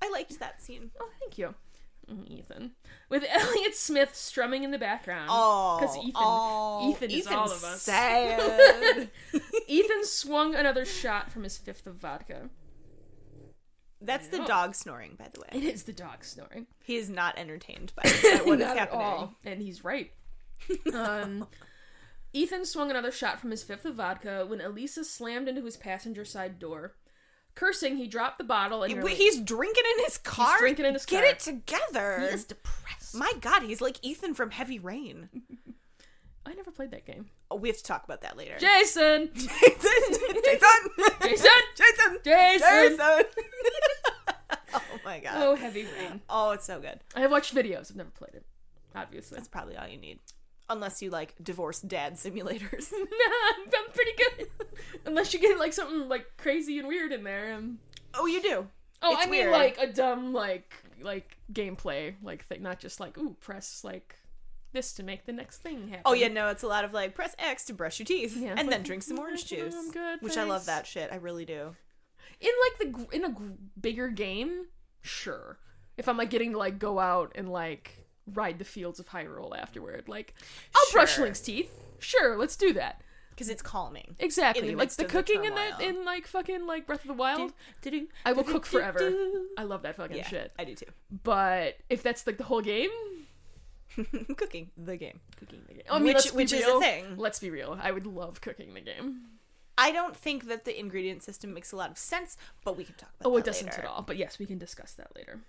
Speaker 2: I liked that scene.
Speaker 1: Oh, thank you, Mm, Ethan. With Elliot Smith strumming in the background. because Ethan, Ethan is all of us.
Speaker 2: Sad.
Speaker 1: Ethan swung another shot from his fifth of vodka.
Speaker 2: That's the dog snoring, by the way.
Speaker 1: It is the dog snoring.
Speaker 2: He is not entertained by by what is
Speaker 1: Not at
Speaker 2: happening.
Speaker 1: all. And he's right. Um, Ethan swung another shot from his fifth of vodka when Elisa slammed into his passenger side door. Cursing, he dropped the bottle and
Speaker 2: Wait,
Speaker 1: nearly-
Speaker 2: he's drinking in his car.
Speaker 1: drinking in his
Speaker 2: Get
Speaker 1: car.
Speaker 2: it together.
Speaker 1: He is depressed.
Speaker 2: My God, he's like Ethan from Heavy Rain.
Speaker 1: I never played that game.
Speaker 2: Oh, we have to talk about that later.
Speaker 1: Jason!
Speaker 2: Jason, Jason,
Speaker 1: Jason!
Speaker 2: Jason,
Speaker 1: Jason!
Speaker 2: Jason. oh my God.
Speaker 1: Oh, heavy rain.
Speaker 2: Oh, it's so good.
Speaker 1: I have watched videos. I've never played it. Obviously.
Speaker 2: That's probably all you need. Unless you like divorce dad simulators.
Speaker 1: No, I'm, I'm pretty good. Unless you get like something like crazy and weird in there. Um,
Speaker 2: oh, you do.
Speaker 1: oh,
Speaker 2: It's
Speaker 1: I mean
Speaker 2: weird.
Speaker 1: like a dumb like like gameplay like thing, not just like ooh press like this to make the next thing happen.
Speaker 2: Oh, yeah, no, it's a lot of like press X to brush your teeth
Speaker 1: Yeah, it's
Speaker 2: and
Speaker 1: like,
Speaker 2: then drink some orange
Speaker 1: "No,
Speaker 2: juice.
Speaker 1: I'm good,
Speaker 2: which I love
Speaker 1: thanks."
Speaker 2: that shit. I really do.
Speaker 1: In like the gr- in a gr- bigger game, sure. If I'm like getting to like go out and like ride the fields of Hyrule afterward, like I'll brush
Speaker 2: Sure.
Speaker 1: Link's teeth. Sure, let's do that.
Speaker 2: Because it's calming.
Speaker 1: Exactly. like
Speaker 2: midst
Speaker 1: the
Speaker 2: of the
Speaker 1: cooking in that
Speaker 2: turmoil.
Speaker 1: in like fucking like Breath of the Wild.
Speaker 2: Do-do,
Speaker 1: I will
Speaker 2: do-do,
Speaker 1: cook forever.
Speaker 2: do-do.
Speaker 1: I love that fucking
Speaker 2: Yeah,
Speaker 1: shit.
Speaker 2: I do too.
Speaker 1: But if that's like the whole game,
Speaker 2: cooking the game.
Speaker 1: cooking the game. I mean,
Speaker 2: Which-
Speaker 1: let's be
Speaker 2: which is a
Speaker 1: real.
Speaker 2: thing.
Speaker 1: Let's be real. I would love cooking the game.
Speaker 2: I don't think that the ingredient system makes a lot of sense, but we can talk about
Speaker 1: Oh,
Speaker 2: that
Speaker 1: it doesn't
Speaker 2: later.
Speaker 1: at all. But yes, we can discuss that later.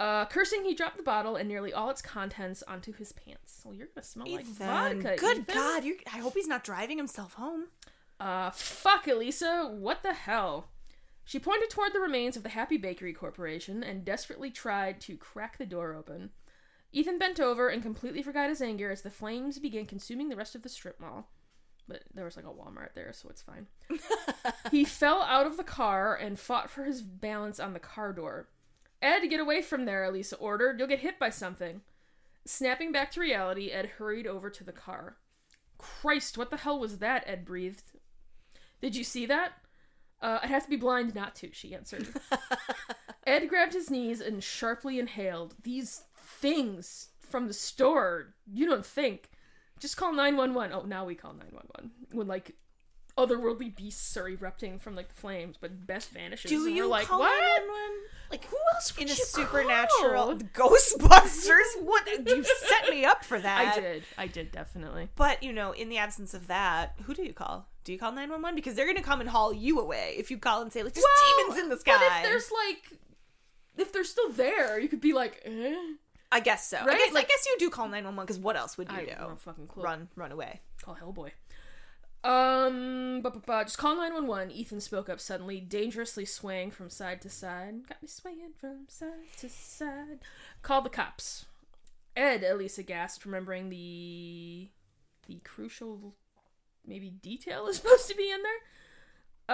Speaker 1: Uh, cursing, he dropped the bottle and nearly all its contents onto his pants. Well, you're gonna smell like
Speaker 2: Ethan,
Speaker 1: vodka.
Speaker 2: good
Speaker 1: Ethan.
Speaker 2: God! You're, I hope he's not driving himself home.
Speaker 1: Uh, fuck, Elisa. What the hell? She pointed toward the remains of the Happy Bakery Corporation and desperately tried to crack the door open. Ethan bent over and completely forgot his anger as the flames began consuming the rest of the strip mall. But there was like a Walmart there, so it's fine. he fell out of the car and fought for his balance on the car door. Ed, get away from there, Elisa ordered. You'll get hit by something. Snapping back to reality, Ed hurried over to the car. Christ, what the hell was that? Ed breathed. Did you see that? Uh, I'd have to be blind not to, she answered. Ed grabbed his knees and sharply inhaled. These things from the store, you don't think. Just call 911. Oh, now we call 911. When, like, otherworldly beasts are erupting from, like the flames, but Beth vanishes.
Speaker 2: Do
Speaker 1: and
Speaker 2: you
Speaker 1: we're like,
Speaker 2: call
Speaker 1: what?
Speaker 2: 911? Like who
Speaker 1: else
Speaker 2: in
Speaker 1: would
Speaker 2: a
Speaker 1: you
Speaker 2: supernatural
Speaker 1: call?
Speaker 2: Ghostbusters? What you set me up for that?
Speaker 1: I did. I did definitely.
Speaker 2: But you know, in the absence of that, who do you call? Do you call nine one one? Because they're gonna come and haul you away if you call and say like there's demons in the sky.
Speaker 1: But if there's like, if they're still there, you could be like, eh?
Speaker 2: I guess so. I
Speaker 1: Right?
Speaker 2: guess, I
Speaker 1: Like-
Speaker 2: guess you do call nine one one because what else would you
Speaker 1: I
Speaker 2: do?
Speaker 1: have no fucking clue.
Speaker 2: Run, run away.
Speaker 1: Call Hellboy. Um, but, but, but just call 911. Ethan spoke up suddenly, dangerously swaying from side to side. Got me swaying from side to side. Call the cops. Ed, Elisa gasped, remembering the the crucial maybe detail is supposed to be in there.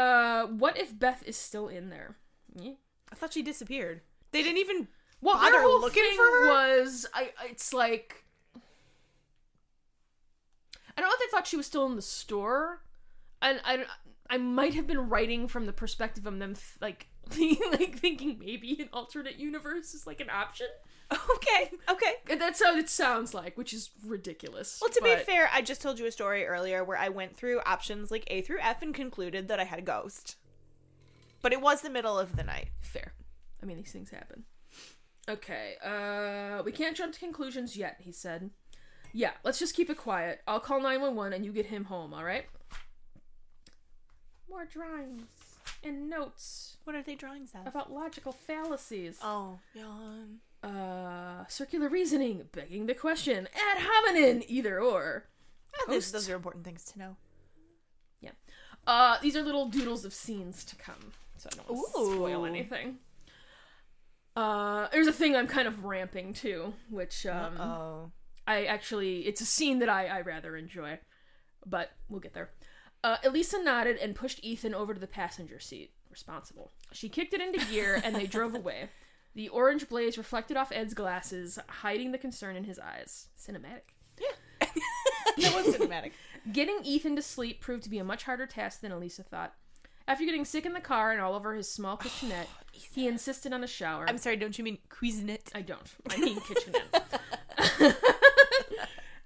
Speaker 1: Uh, what if Beth is still in there? Yeah.
Speaker 2: I thought she disappeared. They didn't even.
Speaker 1: Well,
Speaker 2: Bother
Speaker 1: their whole
Speaker 2: looking
Speaker 1: thing
Speaker 2: for her?
Speaker 1: was I. It's like I don't know if they thought she was still in the store, and I I might have been writing from the perspective of them th- like like thinking maybe an alternate universe is like an option.
Speaker 2: Okay, okay.
Speaker 1: And That's how it sounds like, which is ridiculous.
Speaker 2: Well, to be
Speaker 1: but-
Speaker 2: fair, I just told you a story earlier where I went through options like A through F and concluded that I had a ghost. But it was the middle of the night.
Speaker 1: fair. I mean, these things happen. Okay, uh, we can't jump to conclusions yet, he said. Yeah, let's just keep it quiet. I'll call 911 and you get him home, alright? More drawings and notes
Speaker 2: What are they drawing, Seth?
Speaker 1: about logical fallacies.
Speaker 2: Oh, yawn.
Speaker 1: Uh, circular reasoning, begging the question, ad hominem, either or.
Speaker 2: Ah, those,
Speaker 1: Ghosts.
Speaker 2: those are important things to know.
Speaker 1: Yeah. Uh, these are little doodles of scenes to come, so I don't want to
Speaker 2: Ooh.
Speaker 1: spoil anything. Uh, there's a thing I'm kind of ramping to, which um,
Speaker 2: Oh.
Speaker 1: I actually it's a scene that I, I rather enjoy, but we'll get there. Uh, Elisa nodded and pushed Ethan over to the passenger seat, responsible. She kicked it into gear and they drove away. The orange blaze reflected off Ed's glasses, hiding the concern in his eyes. Cinematic.
Speaker 2: that was cinematic.
Speaker 1: Getting Ethan to sleep proved to be a much harder task than Elisa thought. After getting sick in the car and all over his small kitchenette, he insisted on a shower.
Speaker 2: I'm sorry, don't you mean Cuisinette?
Speaker 1: I don't. I mean kitchenette.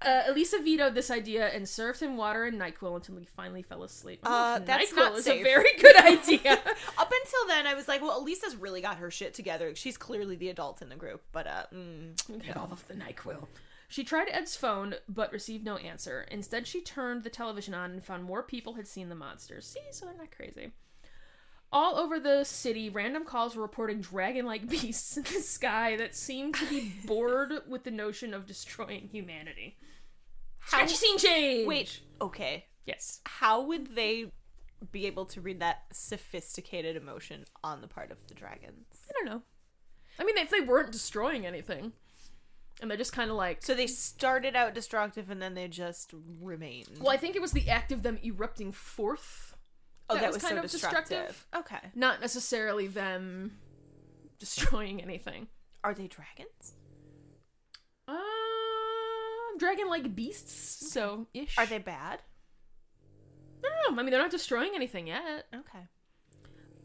Speaker 1: uh, Elisa vetoed this idea and served him water and NyQuil until he finally fell asleep.
Speaker 2: Uh, that's
Speaker 1: NyQuil
Speaker 2: not
Speaker 1: is
Speaker 2: safe.
Speaker 1: a very good idea.
Speaker 2: Up until then, I was like, well, Elisa's really got her shit together. She's clearly the adult in the group, but uh, mm,
Speaker 1: Get off of the NyQuil. She tried Ed's phone, but received no answer. Instead, she turned the television on and found more people had seen the monsters. See, so they're not crazy. All over the city, random calls were reporting dragon like beasts in the sky that seemed to be bored with the notion of destroying humanity.
Speaker 2: How-
Speaker 1: Sketchy scene change!
Speaker 2: wait, okay.
Speaker 1: Yes.
Speaker 2: How would they be able to read that sophisticated emotion on the part of the dragons?
Speaker 1: I don't know. I mean, if they weren't destroying anything, and they're just kind of like.
Speaker 2: So they started out destructive and then they just remained.
Speaker 1: Well, I think it was the act of them erupting forth,
Speaker 2: oh,
Speaker 1: that was kind of destructive.
Speaker 2: Okay.
Speaker 1: not necessarily them destroying anything.
Speaker 2: Are they dragons?
Speaker 1: Um, dragon-like beasts, so ish.
Speaker 2: Are they bad?
Speaker 1: No, no, no, I mean, they're not destroying anything yet.
Speaker 2: Okay.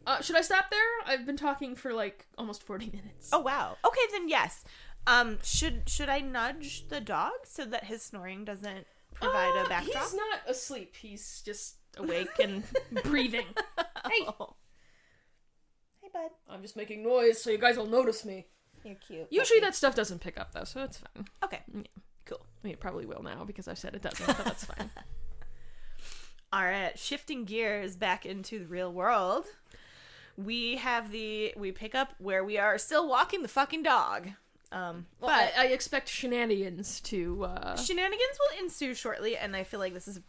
Speaker 1: Uh, should I stop there? I've been talking for like almost forty minutes.
Speaker 2: Oh wow. Okay, then yes. Um, should should I nudge the dog so that his snoring doesn't provide
Speaker 1: Uh,
Speaker 2: a backdrop?
Speaker 1: He's not asleep. He's just awake and breathing. Hey,
Speaker 2: Hey, bud.
Speaker 1: I'm just making noise so you guys will notice me.
Speaker 2: You're cute.
Speaker 1: Usually that stuff doesn't pick up though, so it's fine.
Speaker 2: Okay.
Speaker 1: I mean, it probably will now because I've said it doesn't, but that's fine.
Speaker 2: All right. uh, Shifting gears back into the real world. We have the we pick up where we are still walking the fucking dog. Um,
Speaker 1: Well,
Speaker 2: but
Speaker 1: I, I expect shenanigans to. Uh,
Speaker 2: shenanigans will ensue shortly, and I feel like this is a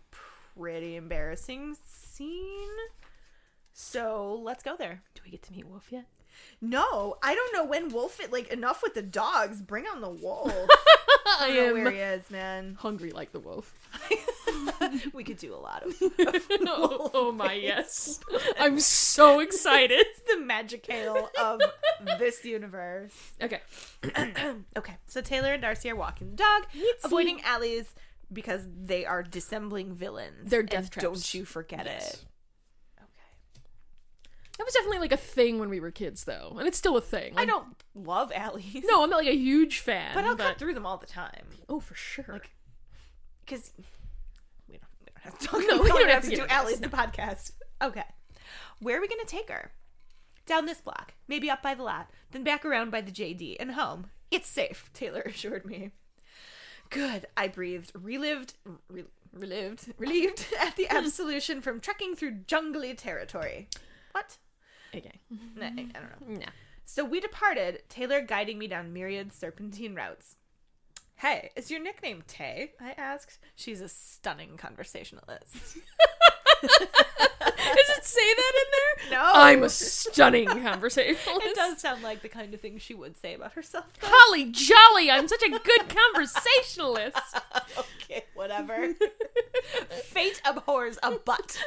Speaker 2: pretty embarrassing scene. So let's go there.
Speaker 1: do we get to meet Wolf yet?
Speaker 2: No, I don't know when Wolf it like enough with the dogs. Bring on the wolf.
Speaker 1: Uh-uh, I
Speaker 2: I don't know where
Speaker 1: am
Speaker 2: he is, man.
Speaker 1: hungry like the wolf.
Speaker 2: we could do a lot of
Speaker 1: oh, oh my yes! I'm so excited.
Speaker 2: the magicale of this universe.
Speaker 1: Okay,
Speaker 2: Okay, so Taylor and Darcy are walking the dog, avoiding alleys because they are dissembling villains.
Speaker 1: They're
Speaker 2: and
Speaker 1: death traps.
Speaker 2: Don't you forget it. Okay.
Speaker 1: that was definitely like a thing when we were kids, though, and it's still a thing.
Speaker 2: I
Speaker 1: Like,
Speaker 2: don't love alleys,
Speaker 1: No, I'm not like a huge fan.
Speaker 2: but I'll cut through them all the time
Speaker 1: Oh, for sure.
Speaker 2: because we don't we don't have to talk.
Speaker 1: No,
Speaker 2: about
Speaker 1: we
Speaker 2: we
Speaker 1: don't
Speaker 2: don't
Speaker 1: have
Speaker 2: have
Speaker 1: to get
Speaker 2: to, do
Speaker 1: into this,
Speaker 2: alleys. The podcast. Okay, where are we gonna take her? Down this block, maybe up by the lot, then back around by the JD and home. It's safe, Taylor assured me. Good, I breathed, relived, re- relived, relieved at
Speaker 1: Hmm.
Speaker 2: the absolution from trekking through jungly territory. What?
Speaker 1: okay.
Speaker 2: No, I I don't know.
Speaker 1: No.
Speaker 2: So we departed, Taylor guiding me down myriad serpentine routes. Hey, is your nickname Tay? I asked. She's a stunning conversationalist.
Speaker 1: Does it say that in there?
Speaker 2: No.
Speaker 1: I'm a stunning conversationalist.
Speaker 2: It does sound like the kind of thing she would say about herself. though.
Speaker 1: Holly jolly, I'm such a good conversationalist.
Speaker 2: okay, whatever. Fate abhors a butt.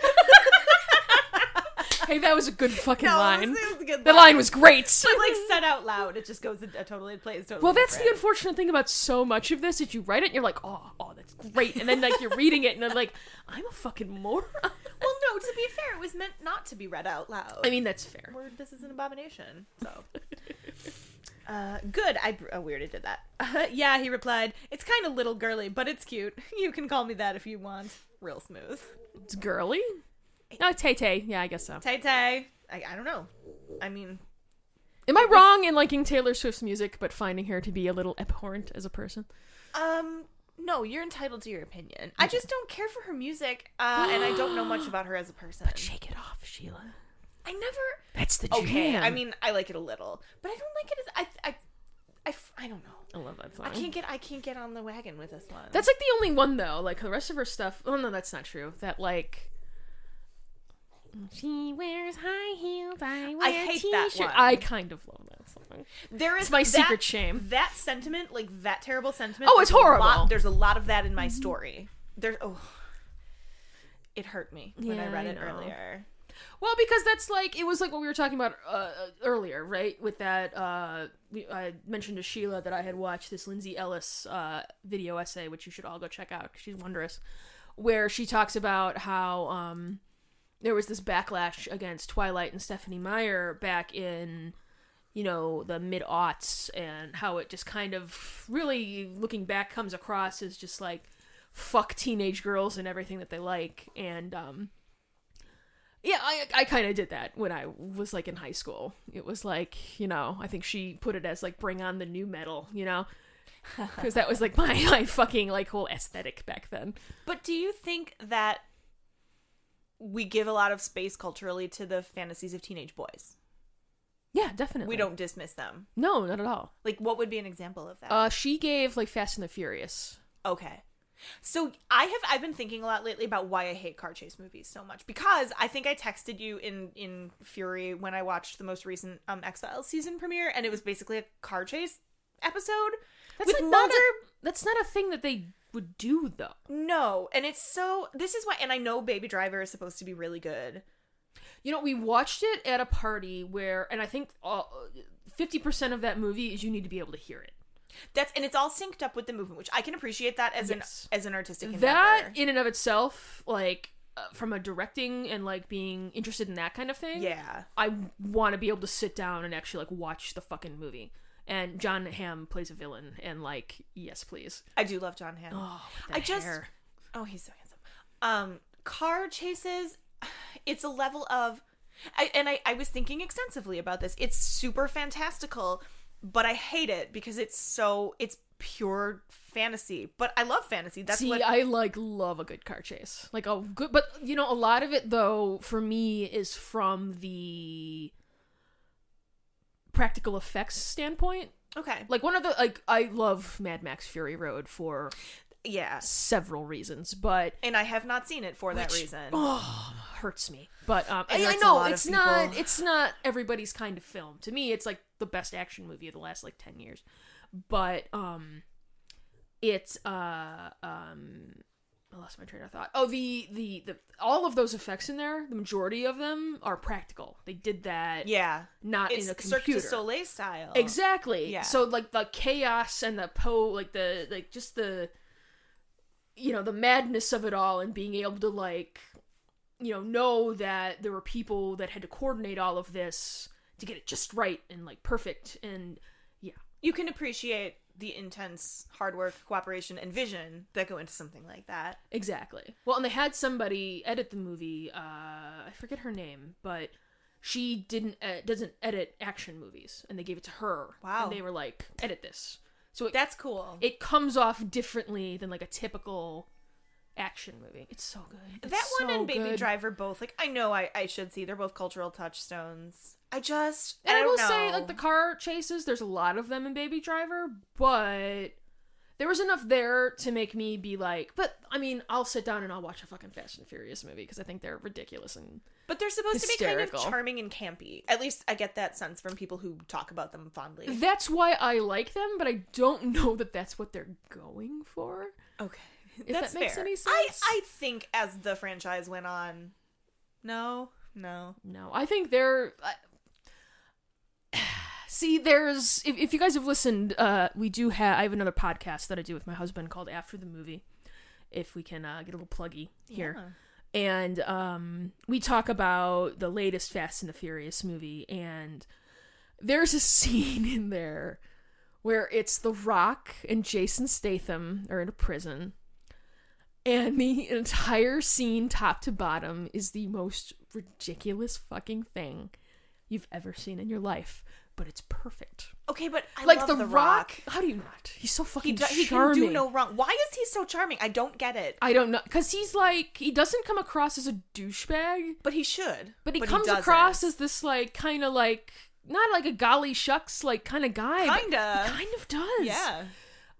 Speaker 1: Hey, that was a good fucking
Speaker 2: No, it was-
Speaker 1: line.
Speaker 2: it was a good
Speaker 1: The line was great.
Speaker 2: But, like said out loud, it just goes a, a totally it plays totally.
Speaker 1: Well, that's the
Speaker 2: different.
Speaker 1: unfortunate thing about so much of this is you write it and you're like, oh, oh, that's great, and then like you're reading it and then like, I'm a fucking moron.
Speaker 2: well, no. To be fair, it was meant not to be read out loud.
Speaker 1: I mean, that's fair.
Speaker 2: word this is an abomination so uh good i br- oh, we already did that yeah he replied it's kind of little girly but it's cute you can call me that if you want real smooth
Speaker 1: It's girly. No, Tay Tay. Yeah, I guess so.
Speaker 2: tay tay I, I don't know i mean
Speaker 1: Am I wrong in liking Taylor Swift's music but finding her to be a little abhorrent as a person?
Speaker 2: um no you're entitled to your opinion i just don't care for her music uh and i don't know much about her as a person
Speaker 1: Shake it off, Sheila.
Speaker 2: i never
Speaker 1: That's the jam.
Speaker 2: okay i mean i like it a little but i don't like it as i i i, f- I don't know
Speaker 1: I love that song.
Speaker 2: i can't get i can't get on the wagon with this one
Speaker 1: That's like the only one though. Like the rest of her stuff. Oh no, that's not true. That like. She wears high heels. I wear
Speaker 2: hate that
Speaker 1: t-shirt.
Speaker 2: one.
Speaker 1: I kind of love that song.
Speaker 2: There is
Speaker 1: It's my
Speaker 2: that-
Speaker 1: secret shame.
Speaker 2: That sentiment, like that terrible sentiment.
Speaker 1: Oh, it's
Speaker 2: there's a lot-
Speaker 1: horrible. Mm-hmm.
Speaker 2: there's a lot of that in my story. There, oh, it hurt me when I
Speaker 1: Yeah,
Speaker 2: read
Speaker 1: I
Speaker 2: it
Speaker 1: know.
Speaker 2: earlier.
Speaker 1: Well, because that's like it was like what we were talking about uh, earlier, right? With that, uh, we- I mentioned to Sheila that I had watched this Lindsay Ellis uh, video essay, which you should all go check out 'cause she's wondrous, where she talks about how um, there was this backlash against Twilight and Stephanie Meyer back in you know the mid aughts, and how it just kind of really looking back comes across as just like fuck teenage girls and everything that they like, and um, yeah, I I kind of did that when I was like in high school. It was like you know I think she put it as like bring on the new metal, you know, because that was like my my fucking like whole aesthetic back then.
Speaker 2: But do you think that we give a lot of space culturally to the fantasies of teenage boys?
Speaker 1: Yeah, definitely.
Speaker 2: We don't dismiss them.
Speaker 1: No, not at all.
Speaker 2: Like, what would be an example of that?
Speaker 1: Uh, she gave like Fast and the Furious.
Speaker 2: Okay. So I have I've been thinking a lot lately about why I hate car chase movies so much because I think I texted you in in fury when I watched the most recent um X Files season premiere and it was basically a car chase episode with
Speaker 1: like, not
Speaker 2: mother.
Speaker 1: a, that's not a thing that they would do though.
Speaker 2: No, and it's so this is why and I know Baby Driver is supposed to be really good.
Speaker 1: You know, we watched it at a party where, and I think uh, fifty percent of that movie is you need to be able to hear it.
Speaker 2: That's and it's all synced up with the movement, which I can appreciate that as
Speaker 1: Yes.
Speaker 2: an as an artistic endeavor.
Speaker 1: that in and of itself like uh, from a directing and like being interested in that kind of thing
Speaker 2: yeah.
Speaker 1: i want to be able to sit down and actually like watch the fucking movie and john hamm plays a villain and like yes please
Speaker 2: I do love John Hamm.
Speaker 1: oh
Speaker 2: I just- Oh, he's so handsome. Um, car chases, it's a level of, I, and I, I was thinking extensively about this. It's super fantastical, but I hate it because it's so, it's pure fantasy. But I love fantasy. That's
Speaker 1: see
Speaker 2: what,
Speaker 1: i like love a good car chase like a good but you know a lot of it though for me is from the practical effects standpoint
Speaker 2: okay.
Speaker 1: like one of the like i love mad max fury road for
Speaker 2: Yeah.
Speaker 1: several reasons but
Speaker 2: And I have not seen it for that
Speaker 1: Which-
Speaker 2: reason.
Speaker 1: oh hurts me but um
Speaker 2: It
Speaker 1: I, I
Speaker 2: hurts a
Speaker 1: know
Speaker 2: lot of
Speaker 1: it's not
Speaker 2: people.
Speaker 1: it's not everybody's kind of film to me it's like the best action movie of the last like 10 years but um it's uh um I lost my train of thought. Oh, the, the the all of those effects in there, the majority of them are practical. They did that
Speaker 2: Yeah.
Speaker 1: not
Speaker 2: It's
Speaker 1: in a
Speaker 2: Cirque du
Speaker 1: computer.
Speaker 2: Soleil style.
Speaker 1: Exactly.
Speaker 2: Yeah.
Speaker 1: So like the chaos and the po like the like just the you know, the madness of it all and being able to like you know, know that there were people that had to coordinate all of this to get it just right and like perfect and yeah.
Speaker 2: You can appreciate the intense hard work, cooperation, and vision that go into something like that.
Speaker 1: Exactly. Well, and they had somebody edit the movie. Uh, I forget her name, but she didn't uh, doesn't edit action movies, and they gave it to her.
Speaker 2: Wow.
Speaker 1: And they were like, edit this. So it
Speaker 2: That's cool.
Speaker 1: it comes off differently than like a typical action movie. It's so good. It's
Speaker 2: that one
Speaker 1: so
Speaker 2: and Baby
Speaker 1: good.
Speaker 2: Driver both like I know I, I should see they're both cultural touchstones. I just
Speaker 1: And I,
Speaker 2: don't
Speaker 1: will
Speaker 2: know.
Speaker 1: say, like the car chases, there's a lot of them in Baby Driver, but there was enough there to make me be like, but I mean, I'll sit down and I'll watch a fucking Fast and Furious movie because I think they're ridiculous and
Speaker 2: but they're supposed to be kind
Speaker 1: hysterical.
Speaker 2: of charming and campy. At least I get that sense from people who talk about them fondly.
Speaker 1: that's why I like them. But I don't know that that's what they're going for.
Speaker 2: Okay,
Speaker 1: If
Speaker 2: that's
Speaker 1: that makes
Speaker 2: fair.
Speaker 1: any
Speaker 2: I
Speaker 1: sense.
Speaker 2: I think as the franchise went on, no, no,
Speaker 1: No, I think they're. I See, there's if, if you guys have listened, uh, we do have. I have another podcast that I do with my husband called After the Movie. If we can uh, get a little pluggy here,
Speaker 2: Yeah.
Speaker 1: and um, we talk about the latest Fast and the Furious movie, and there's a scene in there where it's The Rock and Jason Statham are in a prison, and the entire scene, top to bottom, is the most ridiculous fucking thing you've ever seen in your life. But it's perfect.
Speaker 2: Okay, but I
Speaker 1: like
Speaker 2: love
Speaker 1: the,
Speaker 2: the
Speaker 1: Rock,
Speaker 2: Rock.
Speaker 1: How do you not? He's so fucking
Speaker 2: He, do, he can
Speaker 1: charming.
Speaker 2: do no wrong. Why is he so charming? I don't get it.
Speaker 1: I don't know, cause he's like he doesn't come across as a douchebag.
Speaker 2: But he should.
Speaker 1: But he comes
Speaker 2: doesn't.
Speaker 1: across as this like kind of like not like a golly shucks like kind of guy. but
Speaker 2: Kinda.
Speaker 1: he kind of does.
Speaker 2: Yeah.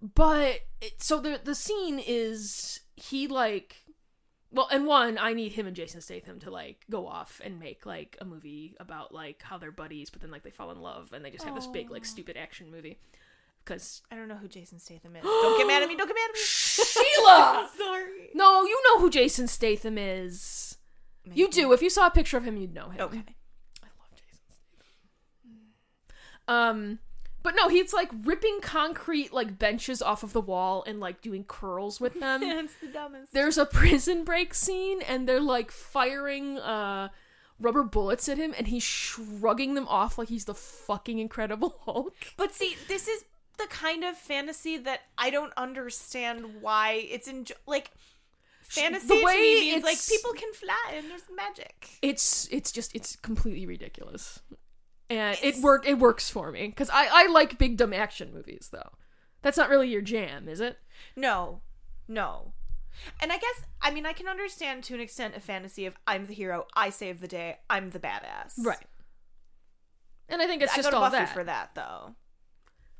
Speaker 1: But it, so the the scene is he like well and one I need him and Jason Statham to like go off and make like a movie about like how they're buddies but then like they fall in love and they just have this big like stupid action movie because
Speaker 2: I don't know who Jason Statham is. Don't get mad at me. Don't get mad at me.
Speaker 1: Sheila.
Speaker 2: Sorry.
Speaker 1: No, you know who Jason Statham is. You do. If you saw a picture of him, you'd know him.
Speaker 2: Okay.
Speaker 1: I love Jason Statham. Um, but no, he's like ripping concrete like benches off of the wall and like doing curls with them.
Speaker 2: That's the dumbest.
Speaker 1: There's a prison break scene and they're like firing uh rubber bullets at him and he's shrugging them off like he's the fucking incredible Hulk.
Speaker 2: But see, this is the kind of fantasy that I don't understand why it's enjo- like fantasy
Speaker 1: the
Speaker 2: to
Speaker 1: way
Speaker 2: me means
Speaker 1: it's-
Speaker 2: like people can fly and there's magic.
Speaker 1: It's it's just it's completely ridiculous. And it work it works for me cuz I I like big dumb action movies though. That's not really your jam, is it?
Speaker 2: No, no. And I guess I mean I can understand to an extent a fantasy of I'm the hero, I save the day, I'm the badass.
Speaker 1: Right. And I think it's
Speaker 2: I
Speaker 1: just
Speaker 2: go to
Speaker 1: all
Speaker 2: Buffy
Speaker 1: that.
Speaker 2: for that though,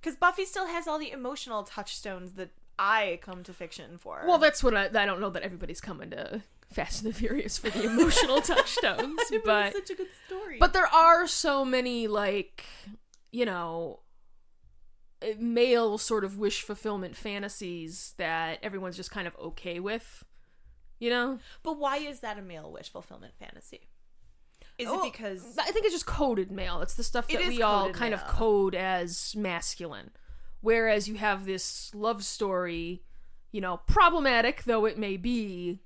Speaker 2: because Buffy still has all the emotional touchstones that I come to fiction for.
Speaker 1: Well, that's what I, I don't know that everybody's coming to Fast and the Furious for the emotional touchstones,
Speaker 2: It was
Speaker 1: but
Speaker 2: such a good story.
Speaker 1: but there are so many like you know eh, male sort of wish fulfillment fantasies that everyone's just kind of okay with, you know.
Speaker 2: but why is that a male wish fulfillment fantasy? Is
Speaker 1: Oh,
Speaker 2: it because
Speaker 1: I think it's just coded male. It's the stuff
Speaker 2: It
Speaker 1: that
Speaker 2: is
Speaker 1: we all
Speaker 2: coded
Speaker 1: kind of
Speaker 2: male.
Speaker 1: code as masculine. Whereas you have this love story, you know, problematic though it may be,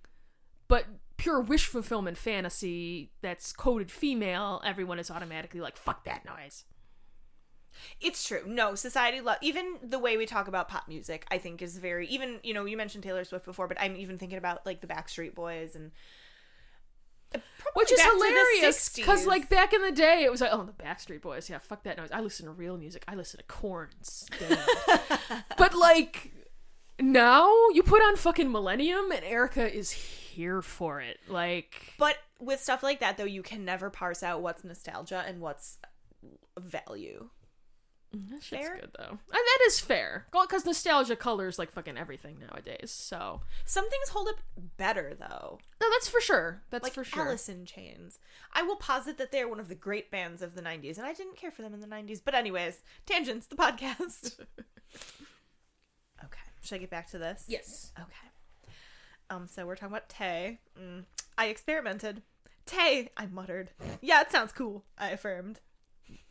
Speaker 1: but pure wish fulfillment fantasy that's coded female, everyone is automatically like, fuck that noise.
Speaker 2: it's true? No, society love even the way we talk about pop music. I think is very even. You know, you mentioned Taylor Swift before, but I'm even thinking about like the Backstreet Boys and. Probably
Speaker 1: Which is
Speaker 2: back to the
Speaker 1: hilarious because,
Speaker 2: 60s.
Speaker 1: like, back in the day, it was like, oh, the Backstreet Boys, yeah, fuck that noise. I listen to real music. I listen to Korn. instead." but like, now you put on fucking Millennium, and Erica is here for it. Like,
Speaker 2: But with stuff like that, though, you can never parse out what's nostalgia and what's value.
Speaker 1: that shit's
Speaker 2: Fair.
Speaker 1: good though. And that is fair because nostalgia colors like fucking everything nowadays. So
Speaker 2: Some things hold up better, though.
Speaker 1: no, that's for sure. That's
Speaker 2: Like
Speaker 1: for sure.
Speaker 2: Alice in Chains. I will posit that they're one of the great bands of the 90s, and I didn't care for them in the 90s. But, anyways, tangents, the podcast. okay. Should I get back to this?
Speaker 1: Yes.
Speaker 2: Okay. Um, so we're talking about Tay. Mm. I experimented. Tay, I muttered. Yeah, it sounds cool, I affirmed.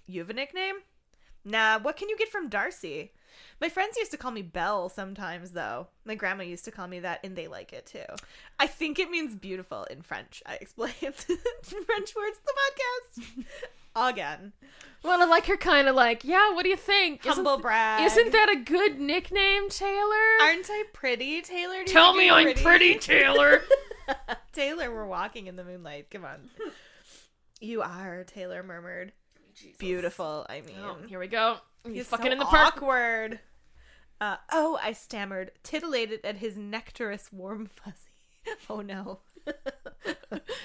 Speaker 2: You have a nickname? Nah, what can you get from Darcy? My friends used to call me Belle sometimes, though. My grandma used to call me that, and they like it too. I think it means beautiful in French, I explained. French words, the podcast. Again.
Speaker 1: Well, I like her kind of like, yeah. What do you think? Isn't-
Speaker 2: Humble brag.
Speaker 1: Isn't that a good nickname, Taylor?
Speaker 2: Aren't I pretty, Taylor? Do you
Speaker 1: Tell
Speaker 2: think
Speaker 1: me
Speaker 2: you're
Speaker 1: I'm pretty, Taylor.
Speaker 2: Taylor, we're walking in the moonlight. Come on. you are, Taylor murmured. Beautiful, I mean.
Speaker 1: Oh, here we go. You
Speaker 2: He's
Speaker 1: fucking
Speaker 2: so
Speaker 1: in the park.
Speaker 2: Awkward. Uh, oh, I stammered, titillated at his nectarous warm fuzzy. Oh no.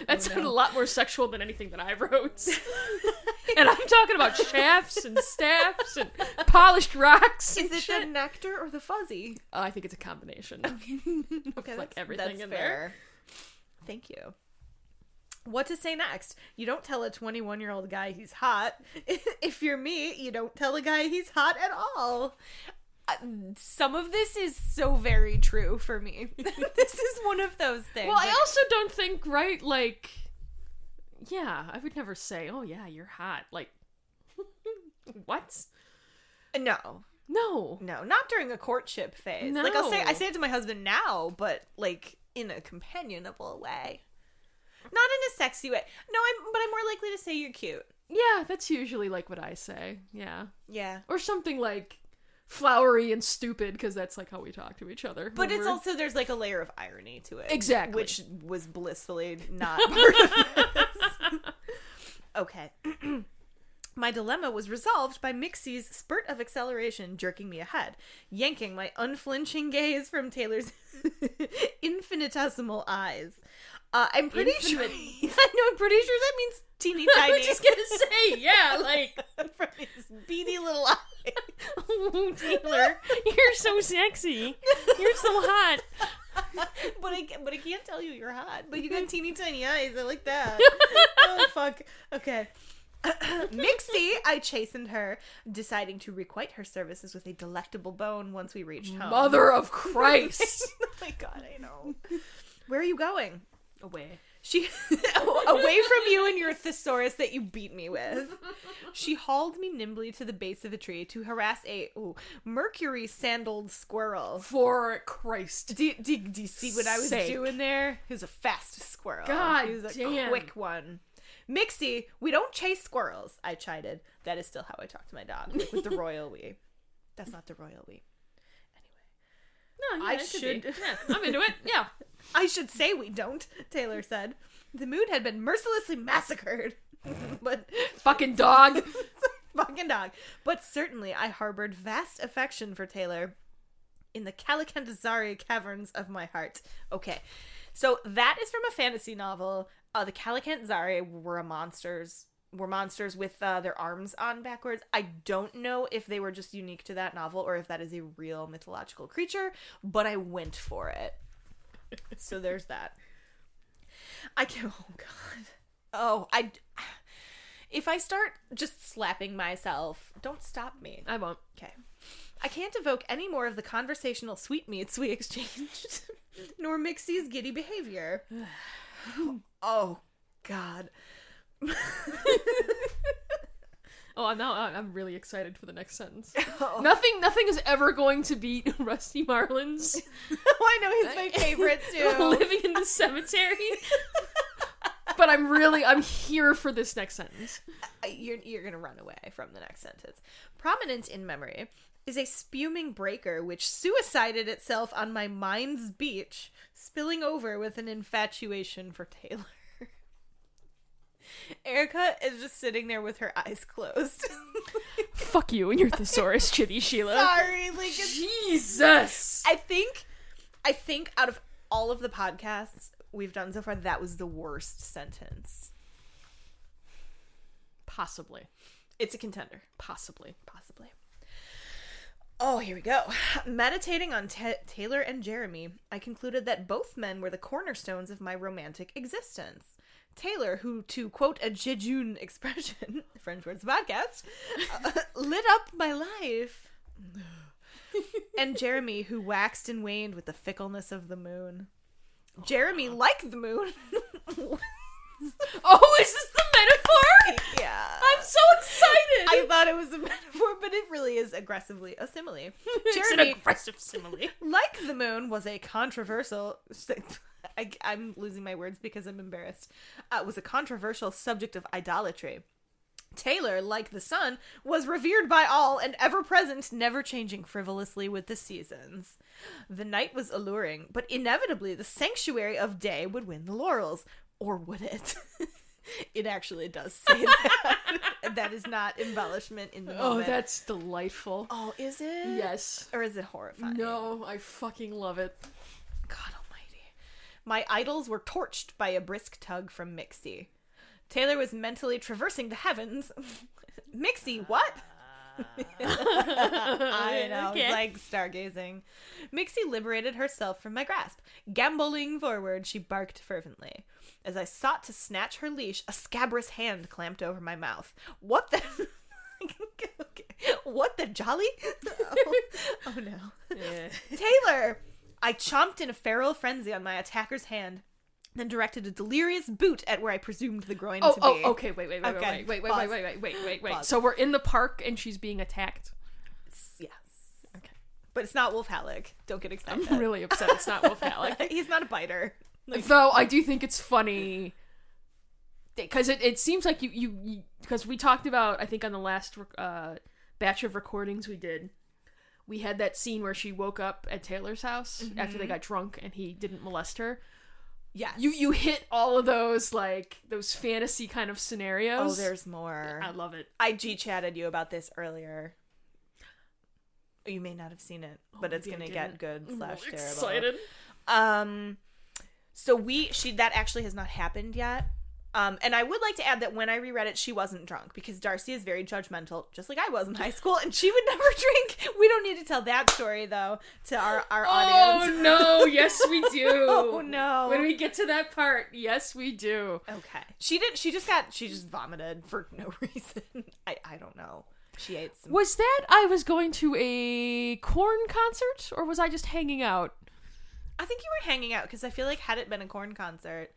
Speaker 1: That sounded a lot more sexual than anything that I wrote. and I'm talking about shafts and staffs and polished rocks.
Speaker 2: Is
Speaker 1: and
Speaker 2: it
Speaker 1: shit.
Speaker 2: the nectar or the fuzzy?
Speaker 1: Oh, I think it's a combination.
Speaker 2: Okay,
Speaker 1: like everything in there.
Speaker 2: Thank you. What to say next? You don't tell a 21 year old guy he's hot. if you're me, you don't tell a guy he's hot at all. Uh, Some of this is so very true for me. this is one of those things.
Speaker 1: Well, I
Speaker 2: Like,
Speaker 1: also don't think, right, like, yeah, I would never say, oh, yeah, you're hot. Like, what?
Speaker 2: no,
Speaker 1: No.
Speaker 2: no, not during a courtship phase. Like I'll say,
Speaker 1: No.
Speaker 2: I say it to my husband now, but like in a companionable way, not in a sexy way. No, I'm, but I'm more likely to say you're cute.
Speaker 1: Yeah, that's usually like what I say. Yeah.
Speaker 2: Yeah,
Speaker 1: Or something like flowery and stupid, because that's like how we talk to each other.
Speaker 2: But
Speaker 1: when
Speaker 2: it's
Speaker 1: we're-
Speaker 2: also there's like a layer of irony to it.
Speaker 1: Exactly.
Speaker 2: Which was blissfully not part of this. okay. My dilemma was resolved by Mixie's spurt of acceleration jerking me ahead, yanking my unflinching gaze from Taylor's infinitesimal eyes. Uh, I'm pretty
Speaker 1: Infinite-
Speaker 2: sure. I know. I'm pretty sure that means teeny
Speaker 1: I
Speaker 2: tiny.
Speaker 1: was just gonna say, yeah, like
Speaker 2: from his beady little eye.
Speaker 1: Ooh, Taylor, you're so sexy. You're so hot.
Speaker 2: but I but I can't tell you you're hot. But you got teeny tiny eyes. I like that. oh fuck. Okay. Mixie, I chastened her, deciding to requite her services with a delectable bone once we reached home.
Speaker 1: Mother of Christ.
Speaker 2: oh my god, I know. Where are you going?
Speaker 1: Away.
Speaker 2: She away from you and your thesaurus that you beat me with. She hauled me nimbly to the base of a tree to harass a ooh, mercury sandaled squirrel.
Speaker 1: For Christ.
Speaker 2: Do, do, do you see what I was
Speaker 1: Sake.
Speaker 2: doing there? He was a fast squirrel.
Speaker 1: God
Speaker 2: he was a
Speaker 1: damn.
Speaker 2: quick one. Mixie, we don't chase squirrels. I chided. That is still how I talk to my dog like with the royal we. That's not the royal we.
Speaker 1: No, yeah,
Speaker 2: I
Speaker 1: it could be.
Speaker 2: should-
Speaker 1: Yeah, I'm into it. Yeah.
Speaker 2: I should say we don't. Taylor said. The mood had been mercilessly massacred, but
Speaker 1: Fucking dog.
Speaker 2: fucking dog. But certainly, I harbored vast affection for Taylor in the Kalakandazari caverns of my heart. Okay, so that is from a fantasy novel. Uh, the Kalakandazari were a monsters were monsters with uh, their arms on backwards. I don't know if they were just unique to that novel or if that is a real mythological creature, but I went for it. so there's that. I can. Oh God. Oh, I. If I start just slapping myself, don't stop me.
Speaker 1: I won't.
Speaker 2: Okay. I can't evoke any more of the conversational sweetmeats we exchanged, nor Mixie's giddy behavior. oh, God.
Speaker 1: Oh, now I- I'm really excited for the next sentence.
Speaker 2: Oh.
Speaker 1: Nothing, nothing is ever going to beat Rusty Marlin's
Speaker 2: I know he's my favorite too.
Speaker 1: living in the cemetery. but I'm really, I'm here for this next sentence.
Speaker 2: you're, you're gonna run away from the next sentence. Prominent in memory is a spuming breaker which suicided itself on my mind's beach, spilling over with an infatuation for Taylor. Erica is just sitting there with her eyes closed.
Speaker 1: Fuck you and your thesaurus, Chitty Sheila.
Speaker 2: Sorry, like it's
Speaker 1: Jesus.
Speaker 2: I think I think out of all of the podcasts we've done so far, that was the worst sentence.
Speaker 1: Possibly.
Speaker 2: It's a contender,
Speaker 1: Possibly.
Speaker 2: possibly. Oh, here we go. Meditating on Ta Taylor and Jeremy, I concluded that both men were the cornerstones of my romantic existence. Taylor, who, to quote a Jejun expression, French words podcast, uh, lit up my life. and Jeremy, who waxed and waned with the fickleness of the moon. Jeremy, like the moon.
Speaker 1: Oh, is this the metaphor?
Speaker 2: yeah.
Speaker 1: I'm so excited.
Speaker 2: I thought it was a metaphor, but it really is aggressively a simile.
Speaker 1: it's an
Speaker 2: Jeremy,
Speaker 1: aggressive simile.
Speaker 2: like the moon, was a controversial. I, am losing my words because I'm embarrassed. Uh, was a controversial subject of idolatry. Taylor, like the sun, was revered by all and ever present, never changing frivolously with the seasons. The night was alluring, but inevitably the sanctuary of day would win the laurels. Or would it? it actually does say that. that is not embellishment in the
Speaker 1: Oh,
Speaker 2: moment.
Speaker 1: that's delightful.
Speaker 2: Oh, is it?
Speaker 1: Yes.
Speaker 2: Or is it horrifying?
Speaker 1: No, I fucking love it.
Speaker 2: God almighty. My idols were torched by a brisk tug from Mixie. Taylor was mentally traversing the heavens. Mixie, what? I know, it's
Speaker 1: Okay.
Speaker 2: like stargazing. Mixie liberated herself from my grasp. Gamboling forward, she barked fervently. As I sought to snatch her leash, a scabrous hand clamped over my mouth. What the? okay. What the jolly? oh, oh no. Taylor! I chomped in a feral frenzy on my attacker's hand, then directed a delirious boot at where I presumed the groin
Speaker 1: Oh,
Speaker 2: to be.
Speaker 1: oh, okay. Wait, wait, wait,
Speaker 2: Okay,
Speaker 1: wait, wait, wait,
Speaker 2: pause.
Speaker 1: wait, wait, wait, wait, wait, wait.
Speaker 2: Pause.
Speaker 1: So we're in the park and she's being attacked.
Speaker 2: Yes.
Speaker 1: Okay.
Speaker 2: But it's not Wolf Halleck. Don't get
Speaker 1: I'm
Speaker 2: excited.
Speaker 1: really upset. It's not Wolf Halleck.
Speaker 2: He's not a biter. Like,
Speaker 1: Though I do think it's funny because it, it seems like you you because we talked about I think on the last rec- uh, batch of recordings we did we had that scene where she woke up at Taylor's house after they got drunk and he didn't molest her.
Speaker 2: Mm-hmm. yes.
Speaker 1: You you hit all of those like those fantasy kind of
Speaker 2: Oh,
Speaker 1: scenarios.
Speaker 2: there's more.
Speaker 1: I love it.
Speaker 2: I G chatted you about this earlier. You may not have seen it, but it's
Speaker 1: Oh, maybe I
Speaker 2: gonna get
Speaker 1: didn't.
Speaker 2: good
Speaker 1: I'm
Speaker 2: slash
Speaker 1: really
Speaker 2: Oh, terrible.
Speaker 1: excited.
Speaker 2: Um, so we she that actually has not happened yet. Um, and I would like to add that when I reread it, she wasn't drunk because Darcy is very judgmental, just like I was in high school, and she would never drink. We don't need to tell that story though to our our audience.
Speaker 1: Oh no! Yes, we do.
Speaker 2: Oh no!
Speaker 1: When we get to that part, yes, we do.
Speaker 2: okay, she didn't. She just got. She just vomited for no reason. I I don't know. She ate some.
Speaker 1: Was that I was going to a corn concert or was I just hanging out?
Speaker 2: I think you were hanging out because I feel like had it been a corn concert,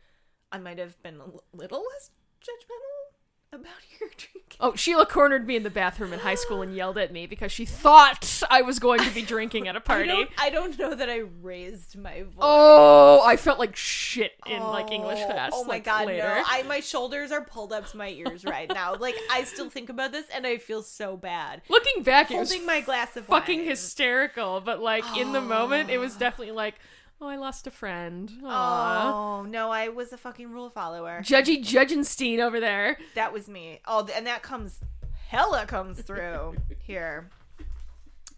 Speaker 2: I might have been a l- little less judgmental about your drinking.
Speaker 1: Oh, Sheila cornered me in the bathroom in high school and yelled at me because she thought I was going to be drinking at a
Speaker 2: I
Speaker 1: party.
Speaker 2: don't, I don't know that I raised my voice.
Speaker 1: Oh, I felt like shit in like English
Speaker 2: Oh,
Speaker 1: class.
Speaker 2: Oh my
Speaker 1: like,
Speaker 2: god,
Speaker 1: later.
Speaker 2: no! I my shoulders are pulled up to my ears right now. like I still think about this and I feel so bad.
Speaker 1: Looking back, it was
Speaker 2: Holding my glass of
Speaker 1: fucking
Speaker 2: wine.
Speaker 1: hysterical, but like in the moment, it
Speaker 2: Ah.
Speaker 1: was definitely like, oh, I lost a friend. Aww.
Speaker 2: Oh no! I was a fucking rule follower.
Speaker 1: Judgy Judgenstein over there.
Speaker 2: That was me. Oh, th- and that comes, hella comes through here.